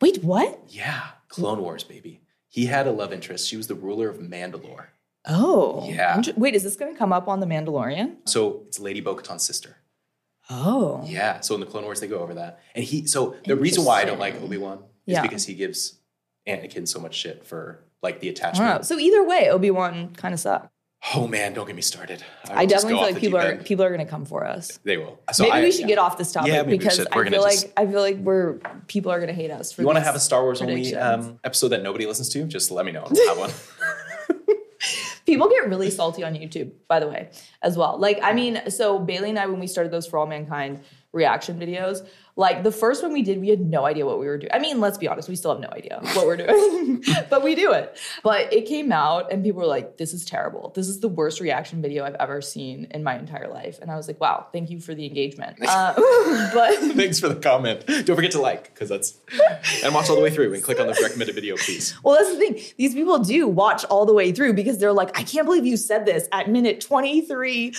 Speaker 1: Wait, what?
Speaker 2: Yeah. Clone Wars, baby. He had a love interest. She was the ruler of Mandalore.
Speaker 1: Oh.
Speaker 2: Yeah.
Speaker 1: Inter- Wait, is this going to come up on The Mandalorian?
Speaker 2: So it's Lady Bo Katan's sister.
Speaker 1: Oh.
Speaker 2: Yeah. So in the Clone Wars, they go over that. And he, so the reason why I don't like Obi
Speaker 1: Interesting.
Speaker 2: Wan is
Speaker 1: Yeah.
Speaker 2: because he gives Anakin so much shit for like the
Speaker 1: I don't
Speaker 2: attachment.
Speaker 1: know. So either way, Obi Wan kind of sucked.
Speaker 2: Oh man, don't get me started.
Speaker 1: I,
Speaker 2: will just
Speaker 1: definitely feel
Speaker 2: go off
Speaker 1: like
Speaker 2: the
Speaker 1: people
Speaker 2: deep
Speaker 1: are
Speaker 2: end.
Speaker 1: people are going to come for us.
Speaker 2: They will. So
Speaker 1: maybe
Speaker 2: I,
Speaker 1: we should get off this topic
Speaker 2: Yeah, maybe we
Speaker 1: because
Speaker 2: should.
Speaker 1: I
Speaker 2: We're
Speaker 1: feel
Speaker 2: gonna
Speaker 1: like
Speaker 2: just-
Speaker 1: I feel like we're people are going to hate us. For
Speaker 2: You want to
Speaker 1: these
Speaker 2: have a Star Wars only
Speaker 1: predictions.
Speaker 2: um, episode that nobody listens to? Just let me know. I'll have one. *laughs*
Speaker 1: People get really salty on YouTube, by the way, as well. Like, I mean, so Bailey and I, when we started those For All Mankind reaction videos, like the first one we did, we had no idea what we were doing. I mean, let's be honest, we still have no idea what we're doing, *laughs* but we do it. But it came out, and people were like, this is terrible. This is the worst reaction video I've ever seen in my entire life. And I was like, wow, thank you for the
Speaker 2: *laughs*
Speaker 1: engagement. Uh, *laughs* but
Speaker 2: Thanks for the comment. Don't forget to like because that's *laughs* and watch all the way through and click on the recommended video, please.
Speaker 1: Well, that's the thing. These people do watch all the way through because they're like, I can't believe you said this at minute 23,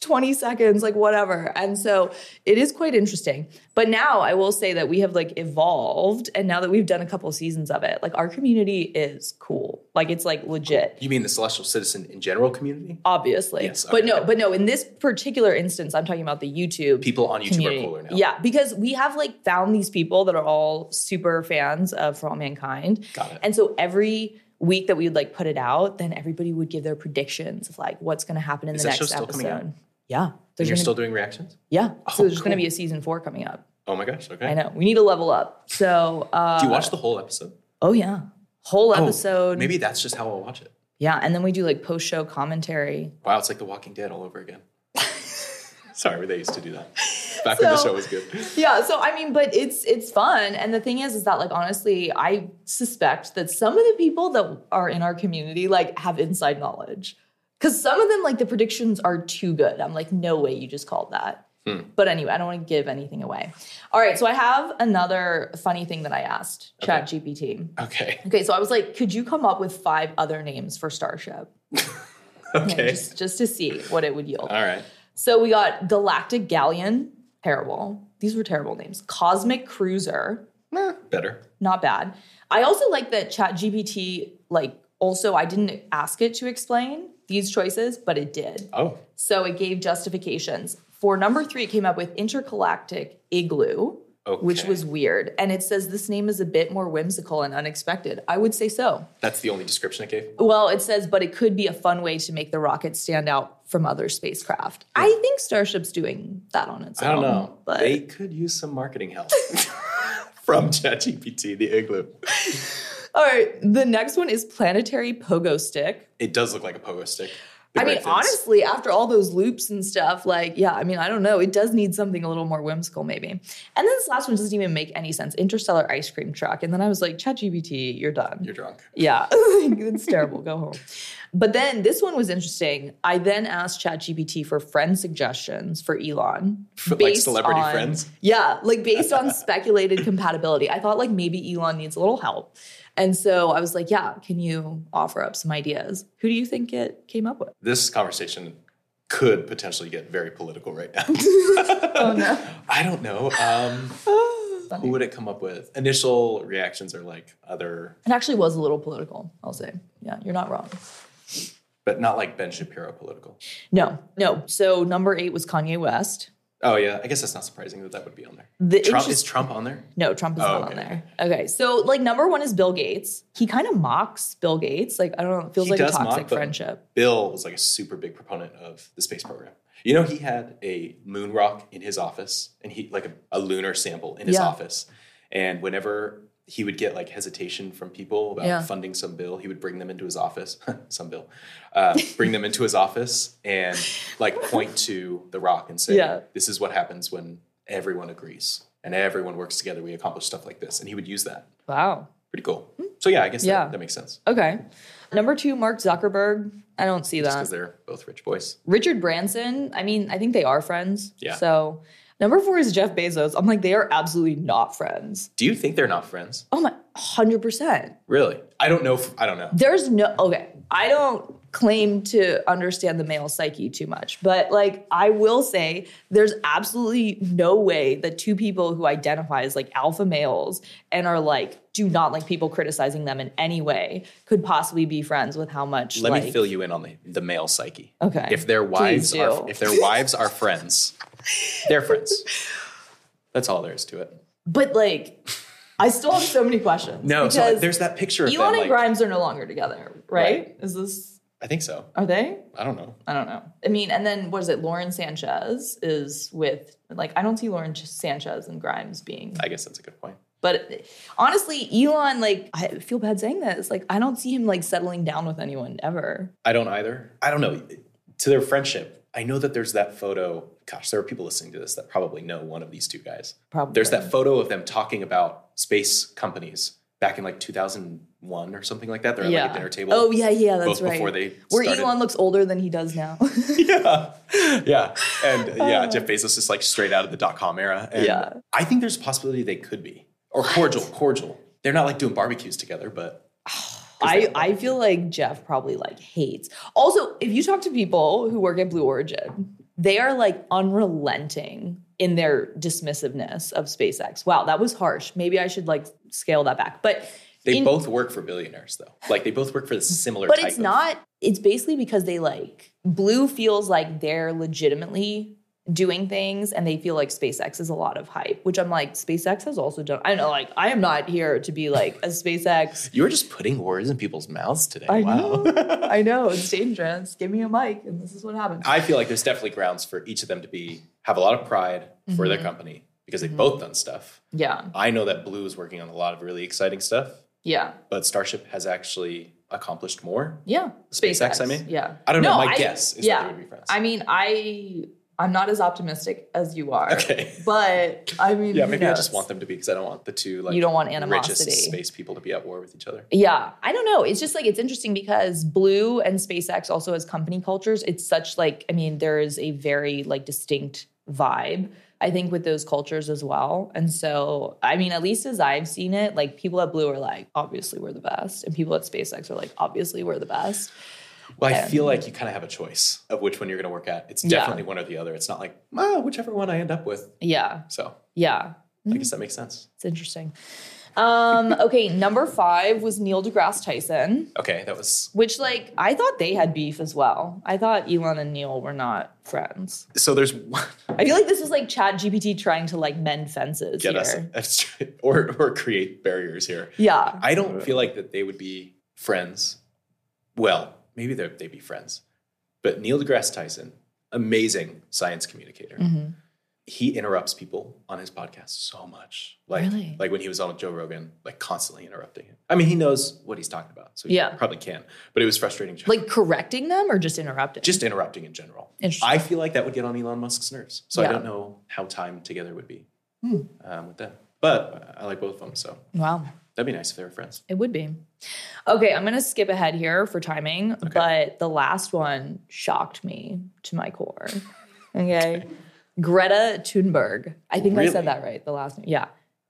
Speaker 1: 20 seconds, like whatever. And so it is quite interesting. But now I will say that we have like evolved. And now that we've done a couple seasons of it, like our community is cool. Like it's like legit.
Speaker 2: You mean the Celestial Citizen in general community?
Speaker 1: Obviously,
Speaker 2: Yes,
Speaker 1: but
Speaker 2: okay.
Speaker 1: no, but no. In this particular instance, I'm talking about the YouTube
Speaker 2: People on YouTube
Speaker 1: community.
Speaker 2: are cooler now.
Speaker 1: Yeah, because we have like found these people that are all super fans of For All Mankind.
Speaker 2: Got it.
Speaker 1: And so every week that we would like put it out, then everybody would give their predictions of like what's going to happen in
Speaker 2: Is
Speaker 1: the
Speaker 2: that
Speaker 1: next
Speaker 2: show still
Speaker 1: episode.
Speaker 2: coming out?
Speaker 1: Yeah.
Speaker 2: and
Speaker 1: There's
Speaker 2: you're
Speaker 1: gonna-
Speaker 2: still doing reactions?
Speaker 1: yeah. so
Speaker 2: Oh,
Speaker 1: there's going to
Speaker 2: cool.
Speaker 1: be a season four coming up.
Speaker 2: Oh my gosh. Okay.
Speaker 1: I know. We need to level up. So, uh,
Speaker 2: Do you watch the whole episode?
Speaker 1: Oh, yeah. Whole
Speaker 2: Oh,
Speaker 1: episode.
Speaker 2: maybe that's just how I'll watch it.
Speaker 1: Yeah. And then we do like post show commentary.
Speaker 2: Wow, it's like The Walking Dead all over again. *laughs* Sorry, they used to do that. Back when the
Speaker 1: So-
Speaker 2: show was good. *laughs*
Speaker 1: yeah so i mean but it's it's fun and the thing is is that like honestly i suspect that some of the people that are in our community like have inside knowledge because some of them like the predictions are too good i'm like no way you just called that but anyway i don't want to give anything away all right so i have another funny thing that i asked chat gpt
Speaker 2: Okay.
Speaker 1: okay so i was like could you come up with five other names for starship Yeah,
Speaker 2: Okay.
Speaker 1: just, just to see what it would yield
Speaker 2: all right.
Speaker 1: so we got Galactic Galleon, terrible. These were terrible names. Cosmic Cruiser,
Speaker 2: Meh, Better.
Speaker 1: not bad. I also like that ChatGPT, like, also, I didn't ask it to explain these choices, but it did.
Speaker 2: Oh.
Speaker 1: So it gave justifications. For number three, it came up with intergalactic igloo,
Speaker 2: Okay.
Speaker 1: which was weird. And it says this name is a bit more whimsical and unexpected. I would say so.
Speaker 2: that's the only description it gave.
Speaker 1: Well, it says, but it could be a fun way to make the rocket stand out from other spacecraft. I think Starship's doing that on its own.
Speaker 2: I don't know.
Speaker 1: Um, But
Speaker 2: They could use some marketing help
Speaker 1: *laughs*
Speaker 2: from ChatGPT, the igloo.
Speaker 1: all right, the next one is planetary pogo stick.
Speaker 2: It does look like a pogo stick. The
Speaker 1: I
Speaker 2: red
Speaker 1: mean,
Speaker 2: fins.
Speaker 1: honestly, after all those loops and stuff, like, yeah, I mean, I don't know. It does need something a little more whimsical, maybe. And then this last one doesn't even make any sense. Interstellar ice cream truck. And then I was like, ChatGPT, you're done.
Speaker 2: you're drunk. *laughs*
Speaker 1: Yeah, *laughs* it's terrible. Go home. But then this one was interesting. I then asked ChatGPT for friend suggestions for Elon.
Speaker 2: like
Speaker 1: based
Speaker 2: celebrity
Speaker 1: on-
Speaker 2: friends?
Speaker 1: Yeah, like based
Speaker 2: *laughs*
Speaker 1: on speculated compatibility. I thought like maybe Elon needs a little help. And so I was like, yeah, can you offer up some ideas? Who do you think it came up with?
Speaker 2: This conversation could potentially get very political right now.
Speaker 1: *laughs* Oh, no.
Speaker 2: *laughs* I don't know. Um, who would it come up with? Initial reactions are like other,
Speaker 1: It actually was a little political, I'll say. Yeah, you're not wrong.
Speaker 2: but not like Ben Shapiro political.
Speaker 1: No, no. So number eight was Kanye West.
Speaker 2: Oh yeah, I guess that's not surprising that that would be on there.
Speaker 1: The
Speaker 2: Trump
Speaker 1: interest-
Speaker 2: is Trump on there?
Speaker 1: No, Trump is
Speaker 2: Oh,
Speaker 1: not on
Speaker 2: okay.
Speaker 1: there. Okay, so like number one is Bill Gates. He kind of mocks Bill Gates. Like I don't know, it feels
Speaker 2: He
Speaker 1: like a
Speaker 2: does mock,
Speaker 1: toxic
Speaker 2: but-
Speaker 1: friendship.
Speaker 2: Bill was like a super big proponent of the space program. You know, he had a moon rock in his office and he like a, a lunar sample in his
Speaker 1: Yeah.
Speaker 2: office. And whenever he would get like hesitation from people about
Speaker 1: Yeah.
Speaker 2: funding some bill, he would bring them into his office, *laughs* some bill, uh, bring them into his office and like point to the rock and say,
Speaker 1: Yeah.
Speaker 2: this is what happens when everyone agrees and everyone works together. We accomplish stuff like this. And he would use that.
Speaker 1: Wow.
Speaker 2: Pretty cool. So yeah, I guess
Speaker 1: Hmm. Yeah.
Speaker 2: that, that makes sense.
Speaker 1: Okay, number two, Mark Zuckerberg. I don't see
Speaker 2: Just
Speaker 1: that.
Speaker 2: because they're both rich boys.
Speaker 1: Richard Branson. I mean, I think they are friends.
Speaker 2: Yeah.
Speaker 1: So number four is Jeff Bezos. I'm like, they are absolutely not friends.
Speaker 2: Do you think they're not friends?
Speaker 1: Oh my, hundred percent.
Speaker 2: Really? I don't know. If, I don't know.
Speaker 1: There's no okay. I don't claim to understand the male psyche too much, but like I will say there's absolutely no way that two people who identify as like alpha males and are like do not like people criticizing them in any way could possibly be friends with how much
Speaker 2: Let
Speaker 1: like
Speaker 2: me fill you in on the, the male psyche.
Speaker 1: Okay.
Speaker 2: If their
Speaker 1: Please
Speaker 2: wives
Speaker 1: do.
Speaker 2: are if their wives are friends, They're friends. That's all there is to it.
Speaker 1: But like, I still have so many questions.
Speaker 2: No, so
Speaker 1: because
Speaker 2: like, there's that picture of
Speaker 1: Elon
Speaker 2: them.
Speaker 1: and
Speaker 2: Like,
Speaker 1: Grimes are no longer together, right? Is this
Speaker 2: I think so.
Speaker 1: are they?
Speaker 2: I don't know.
Speaker 1: I don't know. I mean, and then what is it? Lauren Sanchez is with like I don't see Lauren Sanchez and Grimes being,
Speaker 2: I guess that's a good point.
Speaker 1: but honestly, Elon like I feel bad saying this. Like I don't see him like settling down with anyone ever.
Speaker 2: I don't either. I don't know. To their friendship, I know that there's that photo. Gosh, there are people listening to this that probably know one of these two guys.
Speaker 1: Probably
Speaker 2: There's that photo of them talking about space companies back in like 2001 or something like that. They're at like a dinner table.
Speaker 1: Oh yeah, yeah, that's
Speaker 2: both
Speaker 1: right.
Speaker 2: before they
Speaker 1: Where
Speaker 2: started.
Speaker 1: Elon looks older than he does now. *laughs*
Speaker 2: yeah, yeah, and uh, yeah. Jeff Bezos is like straight out of the dot com era. And
Speaker 1: Yeah.
Speaker 2: I think there's a possibility they could be or cordial, cordial. They're not like doing barbecues together, but
Speaker 1: I, I feel like Jeff probably like hates. Also, if you talk to people who work at Blue Origin, they are like unrelenting in their dismissiveness of SpaceX. Wow, that was harsh. Maybe I should like scale that back. But
Speaker 2: they
Speaker 1: In-
Speaker 2: both work for billionaires though. Like they both work for the similar.
Speaker 1: but
Speaker 2: type
Speaker 1: it's
Speaker 2: of-
Speaker 1: not it's basically because they like Blue feels like they're legitimately doing things and they feel like SpaceX is a lot of hype, which I'm like SpaceX has also done. I know like I am not here to be like a SpaceX
Speaker 2: You were just putting words in people's mouths today.
Speaker 1: I
Speaker 2: wow.
Speaker 1: know. I know it's dangerous. Give me a mic, and this is what happens.
Speaker 2: I feel like there's definitely grounds for each of them to be have a lot of pride for
Speaker 1: Mm-hmm.
Speaker 2: their company because they've both done stuff.
Speaker 1: yeah,
Speaker 2: I know that Blue is working on a lot of really exciting stuff,
Speaker 1: yeah,
Speaker 2: but Starship has actually accomplished more.
Speaker 1: yeah.
Speaker 2: SpaceX, I mean?
Speaker 1: yeah.
Speaker 2: I don't know.
Speaker 1: No,
Speaker 2: My
Speaker 1: I-
Speaker 2: guess is
Speaker 1: yeah.
Speaker 2: that they would be friends.
Speaker 1: I mean, I I'm not as optimistic as you are. *laughs*
Speaker 2: *laughs* Okay.
Speaker 1: but I mean,
Speaker 2: yeah,
Speaker 1: who
Speaker 2: maybe I just
Speaker 1: knows?
Speaker 2: want them to be because I don't want the two like
Speaker 1: You don't want
Speaker 2: richest
Speaker 1: animosity.
Speaker 2: space people to be at war with each other.
Speaker 1: Yeah, I don't know. It's just like it's interesting because Blue and SpaceX also as company cultures, it's such like I mean, there is a very like distinct vibe. I think with those cultures as well. And so, I mean, at least as I've seen it, like people at Blue are like, obviously we're the best. And people at SpaceX are like, obviously we're the best.
Speaker 2: Well, I
Speaker 1: Yeah.
Speaker 2: feel like you kind of have a choice of which one you're going to work at. It's
Speaker 1: Yeah.
Speaker 2: definitely one or the other. It's not like, ah, whichever one I end up with.
Speaker 1: Yeah.
Speaker 2: So
Speaker 1: Yeah.
Speaker 2: I guess that makes sense.
Speaker 1: It's interesting. Um, okay, number five was Neil deGrasse Tyson,
Speaker 2: Okay, that was
Speaker 1: which like I thought they had beef as well. I thought Elon and Neil were not friends.
Speaker 2: so there's *laughs* one.
Speaker 1: I feel like this was like Chat GPT trying to like mend fences
Speaker 2: get
Speaker 1: here.
Speaker 2: us *laughs* or or create barriers here.
Speaker 1: Yeah.
Speaker 2: I don't feel like that they would be friends. Well, maybe they'd they'd be friends. But Neil deGrasse Tyson, amazing science communicator.
Speaker 1: Mhm.
Speaker 2: He interrupts people on his podcast so much. Like
Speaker 1: Really?
Speaker 2: like when he was on with Joe Rogan, like constantly interrupting him. I mean, he knows what he's talking about, so he
Speaker 1: Yeah.
Speaker 2: probably can. But it was frustrating. Like,
Speaker 1: Like correcting them or just interrupting?
Speaker 2: just interrupting in general.
Speaker 1: Interesting.
Speaker 2: I feel like that would get on Elon Musk's nerves. So
Speaker 1: Yeah. Hmm.
Speaker 2: I don't know how time together would be um, with that. But I like both of them, so
Speaker 1: wow.
Speaker 2: that'd be nice if they were friends.
Speaker 1: It would be. Okay, I'm going to skip ahead here for timing, but the last one shocked me to my
Speaker 2: *laughs*
Speaker 1: core. Okay. Greta Thunberg. I think I
Speaker 2: Really?
Speaker 1: said that right, the last name. Yeah.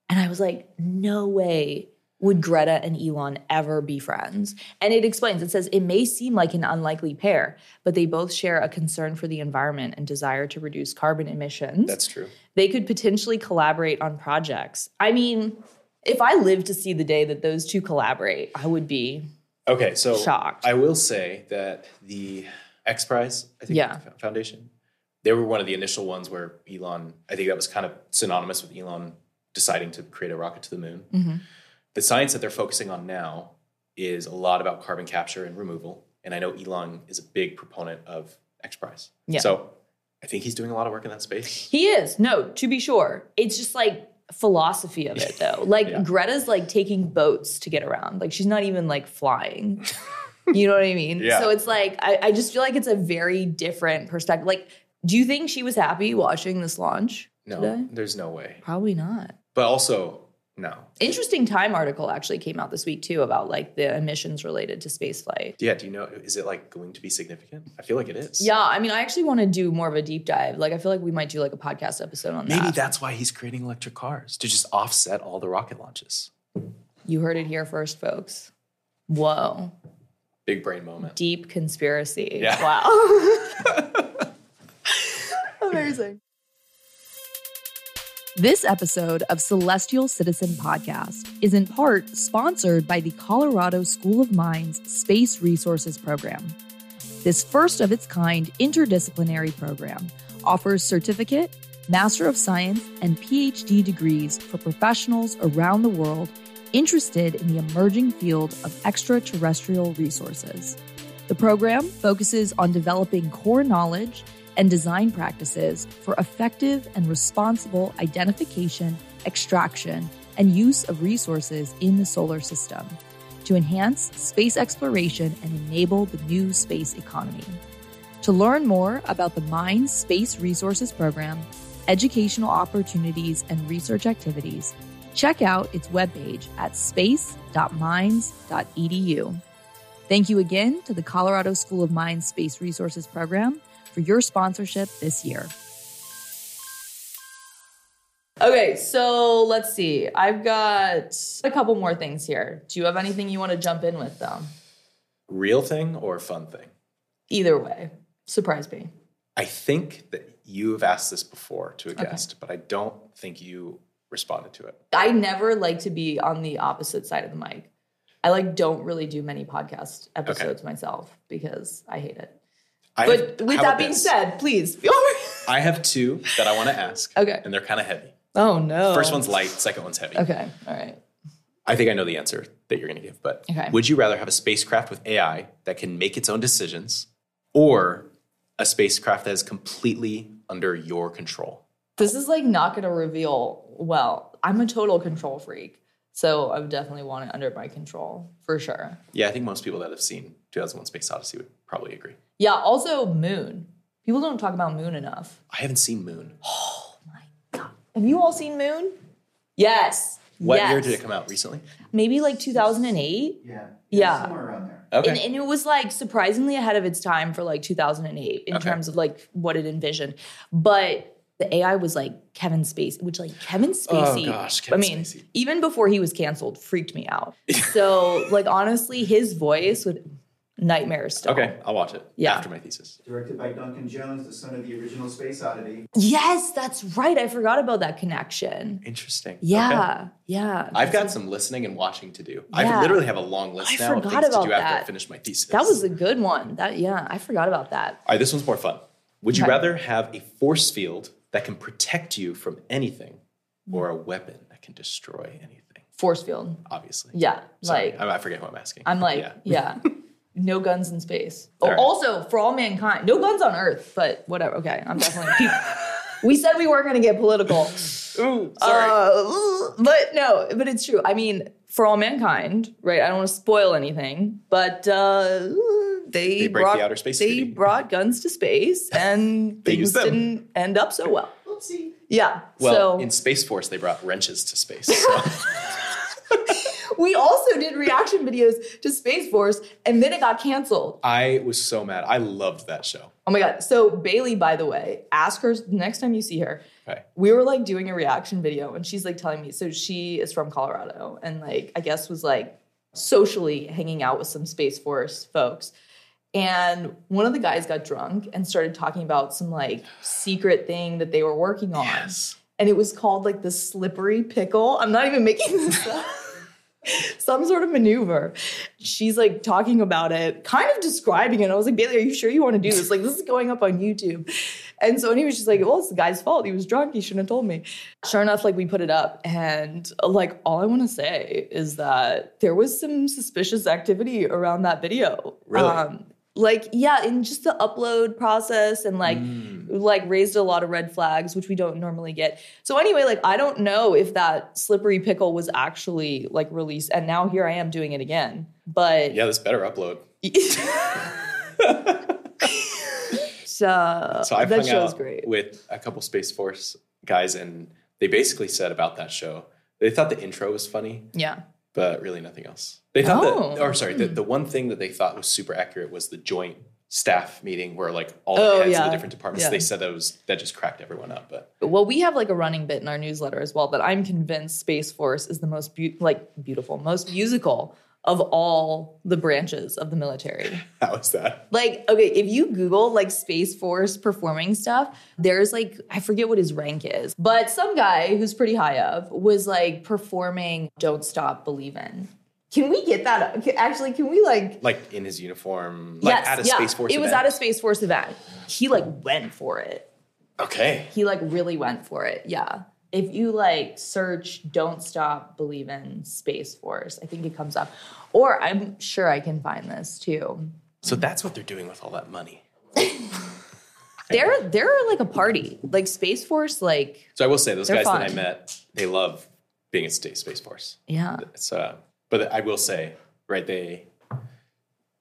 Speaker 1: And I was like, no way would Greta and Elon ever be friends. And it explains it says, it may seem like an unlikely pair, but they both share a concern for the environment and desire to reduce carbon emissions
Speaker 2: That's true.
Speaker 1: they could potentially collaborate on projects. I mean, if I live to see the day that those two collaborate, I would be
Speaker 2: Okay, so
Speaker 1: Shocked.
Speaker 2: I will say that the X Prize, I think,
Speaker 1: Yeah.
Speaker 2: fo- Foundation, they were one of the initial ones where Elon, I think that was kind of synonymous with Elon deciding to create a rocket to the moon. The science that they're focusing on now is a lot about carbon capture and removal. And I know Elon is a big proponent of X Prize.
Speaker 1: Yeah.
Speaker 2: So I think he's doing a lot of work in that space.
Speaker 1: He is. No, to be sure. It's just like philosophy of it
Speaker 2: *laughs*
Speaker 1: though. Like
Speaker 2: Yeah.
Speaker 1: Greta's like taking boats to get around. Like she's not even like
Speaker 2: *laughs*
Speaker 1: flying. you know what I mean?
Speaker 2: Yeah.
Speaker 1: So it's like I, I just feel like it's a very different perspective. Like, do you think she was happy watching this launch?
Speaker 2: No,
Speaker 1: Today?
Speaker 2: there's no way.
Speaker 1: Probably not.
Speaker 2: But also, no.
Speaker 1: Interesting time article actually came out this week too about like the emissions related to spaceflight.
Speaker 2: Yeah, do you know, is it like going to be significant? I feel like it is.
Speaker 1: Yeah, I mean, I actually want to do more of a deep dive. Like, I feel like we might do like a podcast episode on
Speaker 2: Maybe
Speaker 1: that.
Speaker 2: that's why he's creating electric cars to just offset all the rocket launches.
Speaker 1: You heard it here first, folks. Whoa,
Speaker 2: Big brain moment.
Speaker 1: deep conspiracy.
Speaker 2: Yeah.
Speaker 1: Wow.
Speaker 2: *laughs*
Speaker 5: *laughs*
Speaker 1: Amazing.
Speaker 5: This episode of Celestial Citizen Podcast is in part sponsored by the Colorado School of Mines Space Resources Program. This first of its kind interdisciplinary program offers certificate, Master of Science, and PhD degrees for professionals around the world interested in the emerging field of extraterrestrial resources. The program focuses on developing core knowledge and design practices for effective and responsible identification, extraction, and use of resources in the solar system to enhance space exploration and enable the new space economy. To learn more about the MIND's Space Resources Program, educational opportunities, and research activities, check out its webpage at space.mines.edu. Thank you again to the Colorado School of Mines Space Resources Program for your sponsorship this year.
Speaker 1: Okay, so let's see. I've got a couple more things here. Do you have anything you want to jump in with, though?
Speaker 2: Real thing or fun thing?
Speaker 1: Either way, surprise me.
Speaker 2: I think that you have asked this before to a guest, but I don't think you responded to it.
Speaker 1: I never like to be on the opposite side of the mic. I like don't really do many podcast episodes myself because I hate it.
Speaker 2: I have-
Speaker 1: But with
Speaker 2: how
Speaker 1: that
Speaker 2: about
Speaker 1: being
Speaker 2: this?
Speaker 1: said, please *laughs* feel free.
Speaker 2: I have two that I want to ask.
Speaker 1: Okay.
Speaker 2: And they're kind of heavy.
Speaker 1: Oh no.
Speaker 2: First one's light, second one's heavy.
Speaker 1: Okay. All right.
Speaker 2: I think I know the answer that you're going to give, but
Speaker 1: Okay.
Speaker 2: would you rather have a spacecraft with AI that can make its own decisions or a spacecraft that is completely under your control?
Speaker 1: This is like not going to reveal well. I'm a total control freak. So I would definitely want it under my control for sure.
Speaker 2: Yeah, I think most people that have seen 2001 Space Odyssey would probably agree.
Speaker 1: Yeah. Also, moon. People don't talk about moon enough.
Speaker 2: I haven't seen Moon.
Speaker 1: Have you all seen Moon? Yes.
Speaker 2: What
Speaker 1: yes.
Speaker 2: year did it come out recently?
Speaker 1: Maybe like 2008.
Speaker 7: Yeah.
Speaker 1: Yeah.
Speaker 7: Somewhere around there.
Speaker 2: Okay.
Speaker 1: And, and it was like surprisingly ahead of its time for like 2008 in
Speaker 2: Okay.
Speaker 1: terms of like what it envisioned. But the AI was like Kevin Spacey, which like Kevin Spacey.
Speaker 2: Oh, gosh, Kevin
Speaker 1: I mean,
Speaker 2: Spacey.
Speaker 1: even before he was canceled, freaked me
Speaker 2: *laughs*
Speaker 1: out. so like honestly, his voice would nightmare still.
Speaker 2: okay, I'll watch it
Speaker 1: Yeah.
Speaker 2: after my thesis.
Speaker 7: Directed by Duncan Jones, the son of the original Space Oddity.
Speaker 1: Yes, that's right. I forgot about that connection.
Speaker 2: Interesting. Okay.
Speaker 1: Yeah. Yeah.
Speaker 2: I've got some listening and watching to do.
Speaker 1: Yeah.
Speaker 2: I literally have a long list
Speaker 1: I
Speaker 2: now of
Speaker 1: forgot
Speaker 2: things to
Speaker 1: about
Speaker 2: do after I
Speaker 1: that.
Speaker 2: finish my thesis.
Speaker 1: that was a good one. That yeah, I forgot about that.
Speaker 2: All right, this one's more fun. Would you
Speaker 1: Okay.
Speaker 2: rather have a force field that can protect you from anything or a weapon that can destroy anything?
Speaker 1: Force field.
Speaker 2: Obviously.
Speaker 1: Yeah.
Speaker 2: Sorry,
Speaker 1: Like
Speaker 2: I, I forget what I'm asking.
Speaker 1: I'm like,
Speaker 2: Yeah.
Speaker 1: yeah. No guns in space. Oh,
Speaker 2: *laughs* All right.
Speaker 1: Also, for all mankind, no guns on Earth, but whatever. Okay, I'm definitely. *laughs* People, we said we weren't going to get political.
Speaker 2: Ooh,
Speaker 1: Uh, but no, but it's true. I mean, for all mankind, right? I don't want to spoil anything, but uh, they,
Speaker 2: They break the
Speaker 1: brought,
Speaker 2: outer space
Speaker 1: They
Speaker 2: treaty.
Speaker 1: brought guns to
Speaker 2: *laughs*
Speaker 1: space, and
Speaker 2: They
Speaker 1: things
Speaker 2: used them.
Speaker 1: didn't end up so well.
Speaker 7: Oopsie.
Speaker 1: Yeah.
Speaker 2: well,
Speaker 1: so
Speaker 2: in Space Force, they brought wrenches to
Speaker 1: *laughs*
Speaker 2: space. so-
Speaker 1: we also did reaction videos to Space Force, and then it got canceled.
Speaker 2: I was so mad. I loved that show.
Speaker 1: Oh my god. So Bailey, by the way, ask her the next time you see her.
Speaker 2: Okay.
Speaker 1: We were like doing a reaction video and she's like telling me, so she is from Colorado and like I guess was like socially hanging out with some Space Force folks. And one of the guys got drunk and started talking about some like secret thing that they were working on. And it was called like the slippery pickle. I'm not even making this up. Some sort of maneuver. She's like talking about it, kind of describing it. I was like, Bailey, are you sure you want to do this? Like, this is going up on YouTube. And so anyway, she's like, well, it's the guy's fault. He was drunk. He shouldn't have told me. Sure enough, like we put it up. And like all I want to say is that there was some suspicious activity around that video. Um,
Speaker 2: Really?
Speaker 1: like, yeah, in just the upload process and like
Speaker 2: Mm.
Speaker 1: like raised a lot of red flags, which we don't normally get. So anyway, like I don't know if that slippery pickle was actually like released, and now here I am doing it again. But
Speaker 2: Yeah, this better upload.
Speaker 1: *laughs* so,
Speaker 2: So I've
Speaker 1: Uh, that
Speaker 2: hung
Speaker 1: show's
Speaker 2: out
Speaker 1: great.
Speaker 2: with a couple Space Force guys, and they basically said about that show, they thought the intro was funny,
Speaker 1: yeah.
Speaker 2: but really nothing else. They thought
Speaker 1: Oh.
Speaker 2: that, or sorry, the, the one thing that they thought was super accurate was the joint staff meeting where like all the
Speaker 1: Oh,
Speaker 2: heads of
Speaker 1: yeah.
Speaker 2: the different departments.
Speaker 1: Yeah.
Speaker 2: They said that was that just cracked everyone up. But
Speaker 1: Well, we have like a running bit in our newsletter as well that I'm convinced Space Force is the most beau- like beautiful, most musical of all the branches of the military.
Speaker 2: how is that?
Speaker 1: Like, okay, if you Google like Space Force performing stuff, there's like, I forget what his rank is, but some guy who's pretty high up was like performing Don't Stop Believin'. Can we get that up? Ca- Actually, can we like,
Speaker 2: Like in his uniform, like
Speaker 1: yes,
Speaker 2: at a
Speaker 1: yeah,
Speaker 2: Space Force.
Speaker 1: It was
Speaker 2: event.
Speaker 1: at a Space Force event. He like went for it.
Speaker 2: Okay.
Speaker 1: He like really went for it. Yeah. If you like search don't stop believe in space force, I think it comes up. Or I'm sure I can find this too.
Speaker 2: So that's what they're doing with all that money.
Speaker 1: They're they're like a party. Like space force like
Speaker 2: So I will say those
Speaker 1: They're
Speaker 2: guys that I
Speaker 1: fun.
Speaker 2: met, they love being at State Space Force.
Speaker 1: yeah.
Speaker 2: It's uh, but I will say, right? They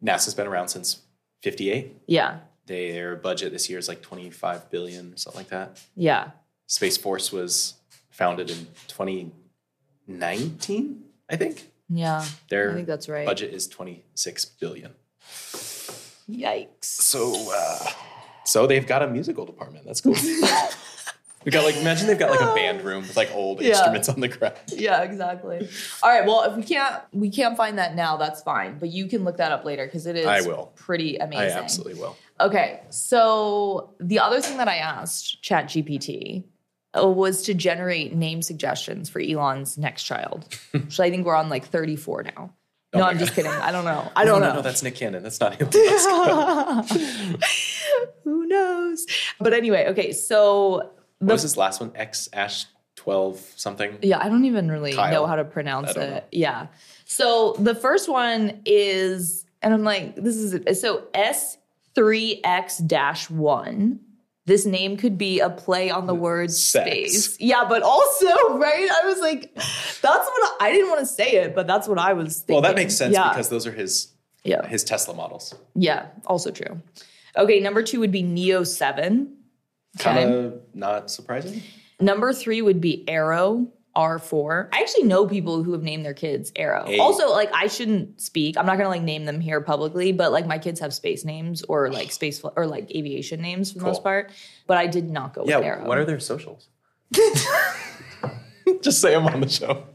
Speaker 2: NASA's been around since '58.
Speaker 1: Yeah.
Speaker 2: Their budget this year is like 25 billion, something like that.
Speaker 1: Yeah.
Speaker 2: Space Force was founded in 2019, I think.
Speaker 1: Yeah.
Speaker 2: Their
Speaker 1: I think that's right.
Speaker 2: budget is 26 billion.
Speaker 1: Yikes.
Speaker 2: So, uh, so they've got a musical department. That's *laughs* cool. we got like imagine they've got like a band room with like old
Speaker 1: Yeah.
Speaker 2: instruments on the ground.
Speaker 1: Yeah, exactly. All right. Well, if we can't we can't find that now, that's fine. But you can look that up later because it is
Speaker 2: I will.
Speaker 1: pretty amazing.
Speaker 2: I absolutely will.
Speaker 1: Okay. So the other thing that I asked ChatGPT uh, was to generate name suggestions for Elon's next
Speaker 2: *laughs*
Speaker 1: child, which I think we're on like 34 now.
Speaker 2: Oh
Speaker 1: no,
Speaker 2: my
Speaker 1: I'm just
Speaker 2: God.
Speaker 1: kidding. I don't know. I don't
Speaker 2: *laughs* no,
Speaker 1: know.
Speaker 2: No, no, that's Nick Cannon. That's not him.
Speaker 1: *laughs*
Speaker 2: That's cool.
Speaker 1: Who knows? But anyway, okay. So
Speaker 2: What was his last one? X Ash twelve something.
Speaker 1: Yeah, I don't even really
Speaker 2: Kyle.
Speaker 1: know how to pronounce
Speaker 2: I
Speaker 1: it.
Speaker 2: don't know.
Speaker 1: Yeah. So the first one is, and I'm like, this is so S3X 1. This name could be a play on the word
Speaker 2: Sex.
Speaker 1: space. Yeah, but also, *laughs* right? I was like, that's what I, I didn't want to say it, but that's what I was thinking.
Speaker 2: Well, that makes sense
Speaker 1: Yeah.
Speaker 2: because those are his
Speaker 1: yeah.
Speaker 2: his Tesla models.
Speaker 1: Yeah. Also true. Okay, number two would be Neo 7.
Speaker 2: Kind of not surprising.
Speaker 1: Number three would be Arrow R4. I actually know people who have named their kids Arrow.
Speaker 2: Hey.
Speaker 1: Also, like I shouldn't speak. I'm not gonna like name them here publicly, but like my kids have space names or like space fl- or like aviation names for the most
Speaker 2: Cool.
Speaker 1: part. But um, I did not go with Arrow.
Speaker 2: What are
Speaker 1: *laughs*
Speaker 2: their socials? Just say them on the show.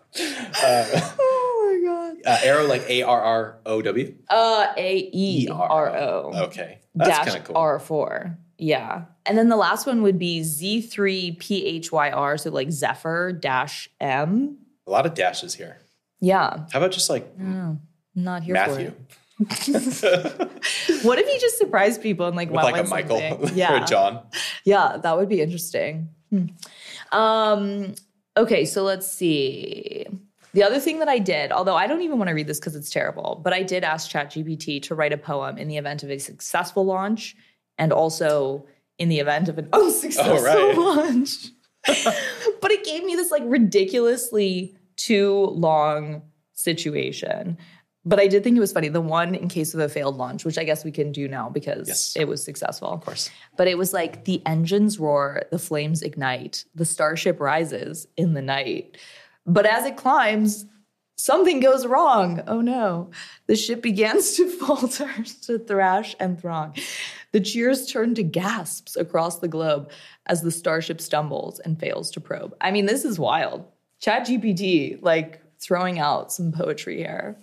Speaker 1: *laughs* oh my god.
Speaker 2: Uh, Arrow like A R R O W.
Speaker 1: Uh A E R O
Speaker 2: Okay, Oh, that's
Speaker 1: dash
Speaker 2: kind of cool.
Speaker 1: R4. Yeah. And then the last one would be Z3PHYR, so like Zephyr dash M.
Speaker 2: A lot of dashes here.
Speaker 1: Yeah.
Speaker 2: How about just like
Speaker 1: No, not here for it.
Speaker 2: Matthew? *laughs*
Speaker 1: *laughs* What if you just surprised people and like
Speaker 2: With
Speaker 1: went
Speaker 2: like a
Speaker 1: with
Speaker 2: Michael
Speaker 1: something?
Speaker 2: *laughs* or
Speaker 1: Yeah,
Speaker 2: a John.
Speaker 1: yeah, that would be interesting. Hmm. Um, okay, so let's see. The other thing that I did, although I don't even want to read this because it's terrible, but I did ask ChatGPT to write a poem in the event of a successful launch, and also in the event of an *laughs* unsuccessful
Speaker 2: Oh, right.
Speaker 1: *laughs* launch. but it gave me this like ridiculously too long situation. But I did think it was funny. The one in case of a failed launch, which I guess we can do now because
Speaker 2: Yes.
Speaker 1: it was successful. Of
Speaker 2: course.
Speaker 1: But it was like the engines roar, the flames ignite, the starship rises in the night. But as it climbs, something goes wrong. Oh no. The ship begins to *laughs* falter, to thrash and throng. The cheers turn to gasps across the globe as the starship stumbles and fails to probe. I mean, this is wild. ChatGPT, like throwing out some poetry here.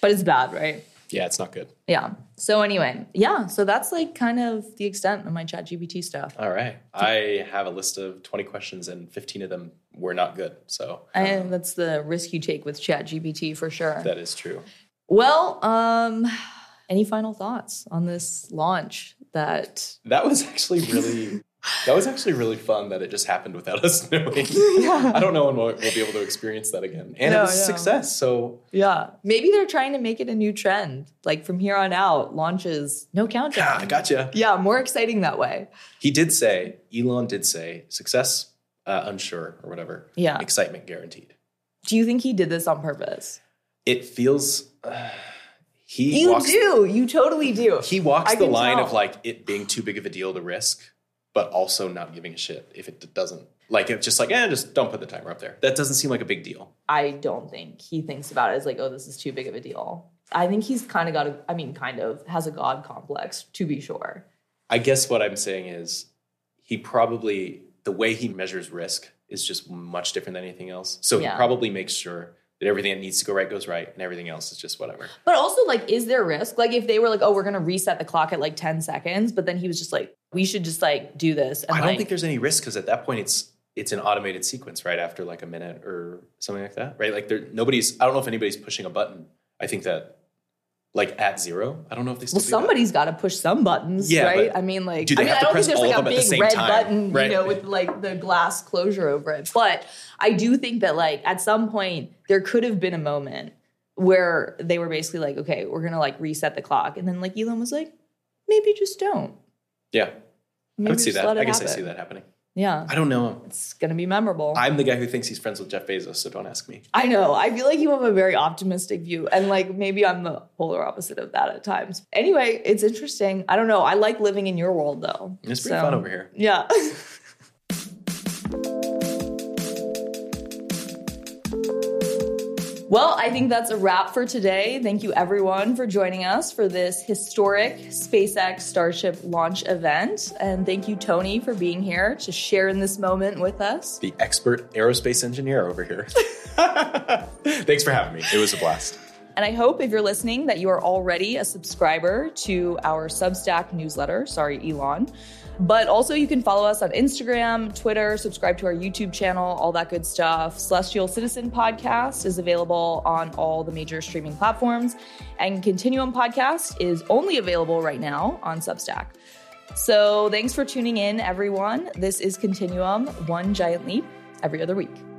Speaker 1: But it's bad, right?
Speaker 2: Yeah, it's not good.
Speaker 1: Yeah. So anyway, yeah. So that's like kind of the extent of my chat GBT stuff.
Speaker 2: All right, I have a list of twenty questions, and fifteen of them were not good. So
Speaker 1: I, that's the risk you take with chat GBT for sure.
Speaker 2: that is true.
Speaker 1: well, um, any final thoughts on this launch that
Speaker 2: That was actually really that was actually really fun that it just happened without us *laughs* knowing. I don't know when we'll, we'll be able to experience that again. And
Speaker 1: No,
Speaker 2: it was
Speaker 1: no.
Speaker 2: a success. So
Speaker 1: yeah, maybe they're trying to make it a new trend. Like from here on out, launches no countdown.
Speaker 2: ah, gotcha.
Speaker 1: yeah, more exciting that way.
Speaker 2: He did say, Elon did say, success uh, unsure or whatever.
Speaker 1: Yeah.
Speaker 2: Excitement guaranteed.
Speaker 1: Do you think he did this on purpose?
Speaker 2: It feels uh, he
Speaker 1: You
Speaker 2: walks
Speaker 1: do. You totally do.
Speaker 2: he walks
Speaker 1: I
Speaker 2: the
Speaker 1: can
Speaker 2: line
Speaker 1: tell.
Speaker 2: of like it being too big of a deal to risk, but also not giving a shit if it doesn't. Like it's just like, eh, just don't put the timer up there. That doesn't seem like a big deal.
Speaker 1: I don't think he thinks about it as like, oh, this is too big of a deal. I think he's kind of got a, I mean, kind of has a God complex, to be sure.
Speaker 2: I guess what I'm saying is he probably the way he measures risk is just much different than anything else. So
Speaker 1: Yeah.
Speaker 2: he probably makes sure that everything that needs to go right goes right and everything else is just whatever.
Speaker 1: But also, like, is there risk? Like, if they were like, oh, we're going to reset the clock at like 10 seconds, but then he was just like, we should just like do this. And
Speaker 2: I don't
Speaker 1: like,
Speaker 2: think there's any risk because at that point it's it's an automated sequence right after like a minute or something like that, right? Like there nobody's I don't know if anybody's pushing a button. I think that like at zero. I don't know if they still
Speaker 1: Well,
Speaker 2: do that.
Speaker 1: somebody's got to push some buttons,
Speaker 2: Yeah,
Speaker 1: right?
Speaker 2: but
Speaker 1: I mean, like,
Speaker 2: do they
Speaker 1: I mean,
Speaker 2: have
Speaker 1: I
Speaker 2: to
Speaker 1: don't
Speaker 2: press
Speaker 1: think
Speaker 2: all
Speaker 1: there's
Speaker 2: of
Speaker 1: like
Speaker 2: them
Speaker 1: a
Speaker 2: at the
Speaker 1: big
Speaker 2: same
Speaker 1: red
Speaker 2: time,
Speaker 1: button,
Speaker 2: right?
Speaker 1: you know, with like the glass closure over it. But I do think that, like, at some point, there could have been a moment where they were basically like, okay, we're gonna like reset the clock, and then like Elon was like, maybe just don't.
Speaker 2: Yeah,
Speaker 1: Maybe
Speaker 2: I would see
Speaker 1: just
Speaker 2: that.
Speaker 1: let it
Speaker 2: I guess I
Speaker 1: happen.
Speaker 2: see that happening.
Speaker 1: Yeah,
Speaker 2: I don't know him.
Speaker 1: it's gonna be memorable.
Speaker 2: I'm the guy who thinks he's friends with Jeff Bezos, so don't ask me.
Speaker 1: I know. I feel like you have a very optimistic view, and like maybe I'm the polar opposite of that at times. Anyway, it's interesting. I don't know. I like living in your world though.
Speaker 2: It's pretty fun over here.
Speaker 1: Yeah. *laughs* Well, I think that's a wrap for today. Thank you everyone for joining us for this historic SpaceX Starship launch event. And thank you, Tony, for being here to share in this moment with us.
Speaker 2: The expert aerospace engineer
Speaker 1: *laughs*
Speaker 2: over here. *laughs* Thanks for having me. It was a blast.
Speaker 1: And I hope if you're listening that you are already a subscriber to our Substack newsletter. Sorry, Elon. But also, you can follow us on Instagram, Twitter, subscribe to our YouTube channel, all that good stuff. Celestial Citizen Podcast is available on all the major streaming platforms. And Continuum Podcast is only available right now on Substack. So thanks for tuning in, everyone. This is Continuum One Giant Leap every other week.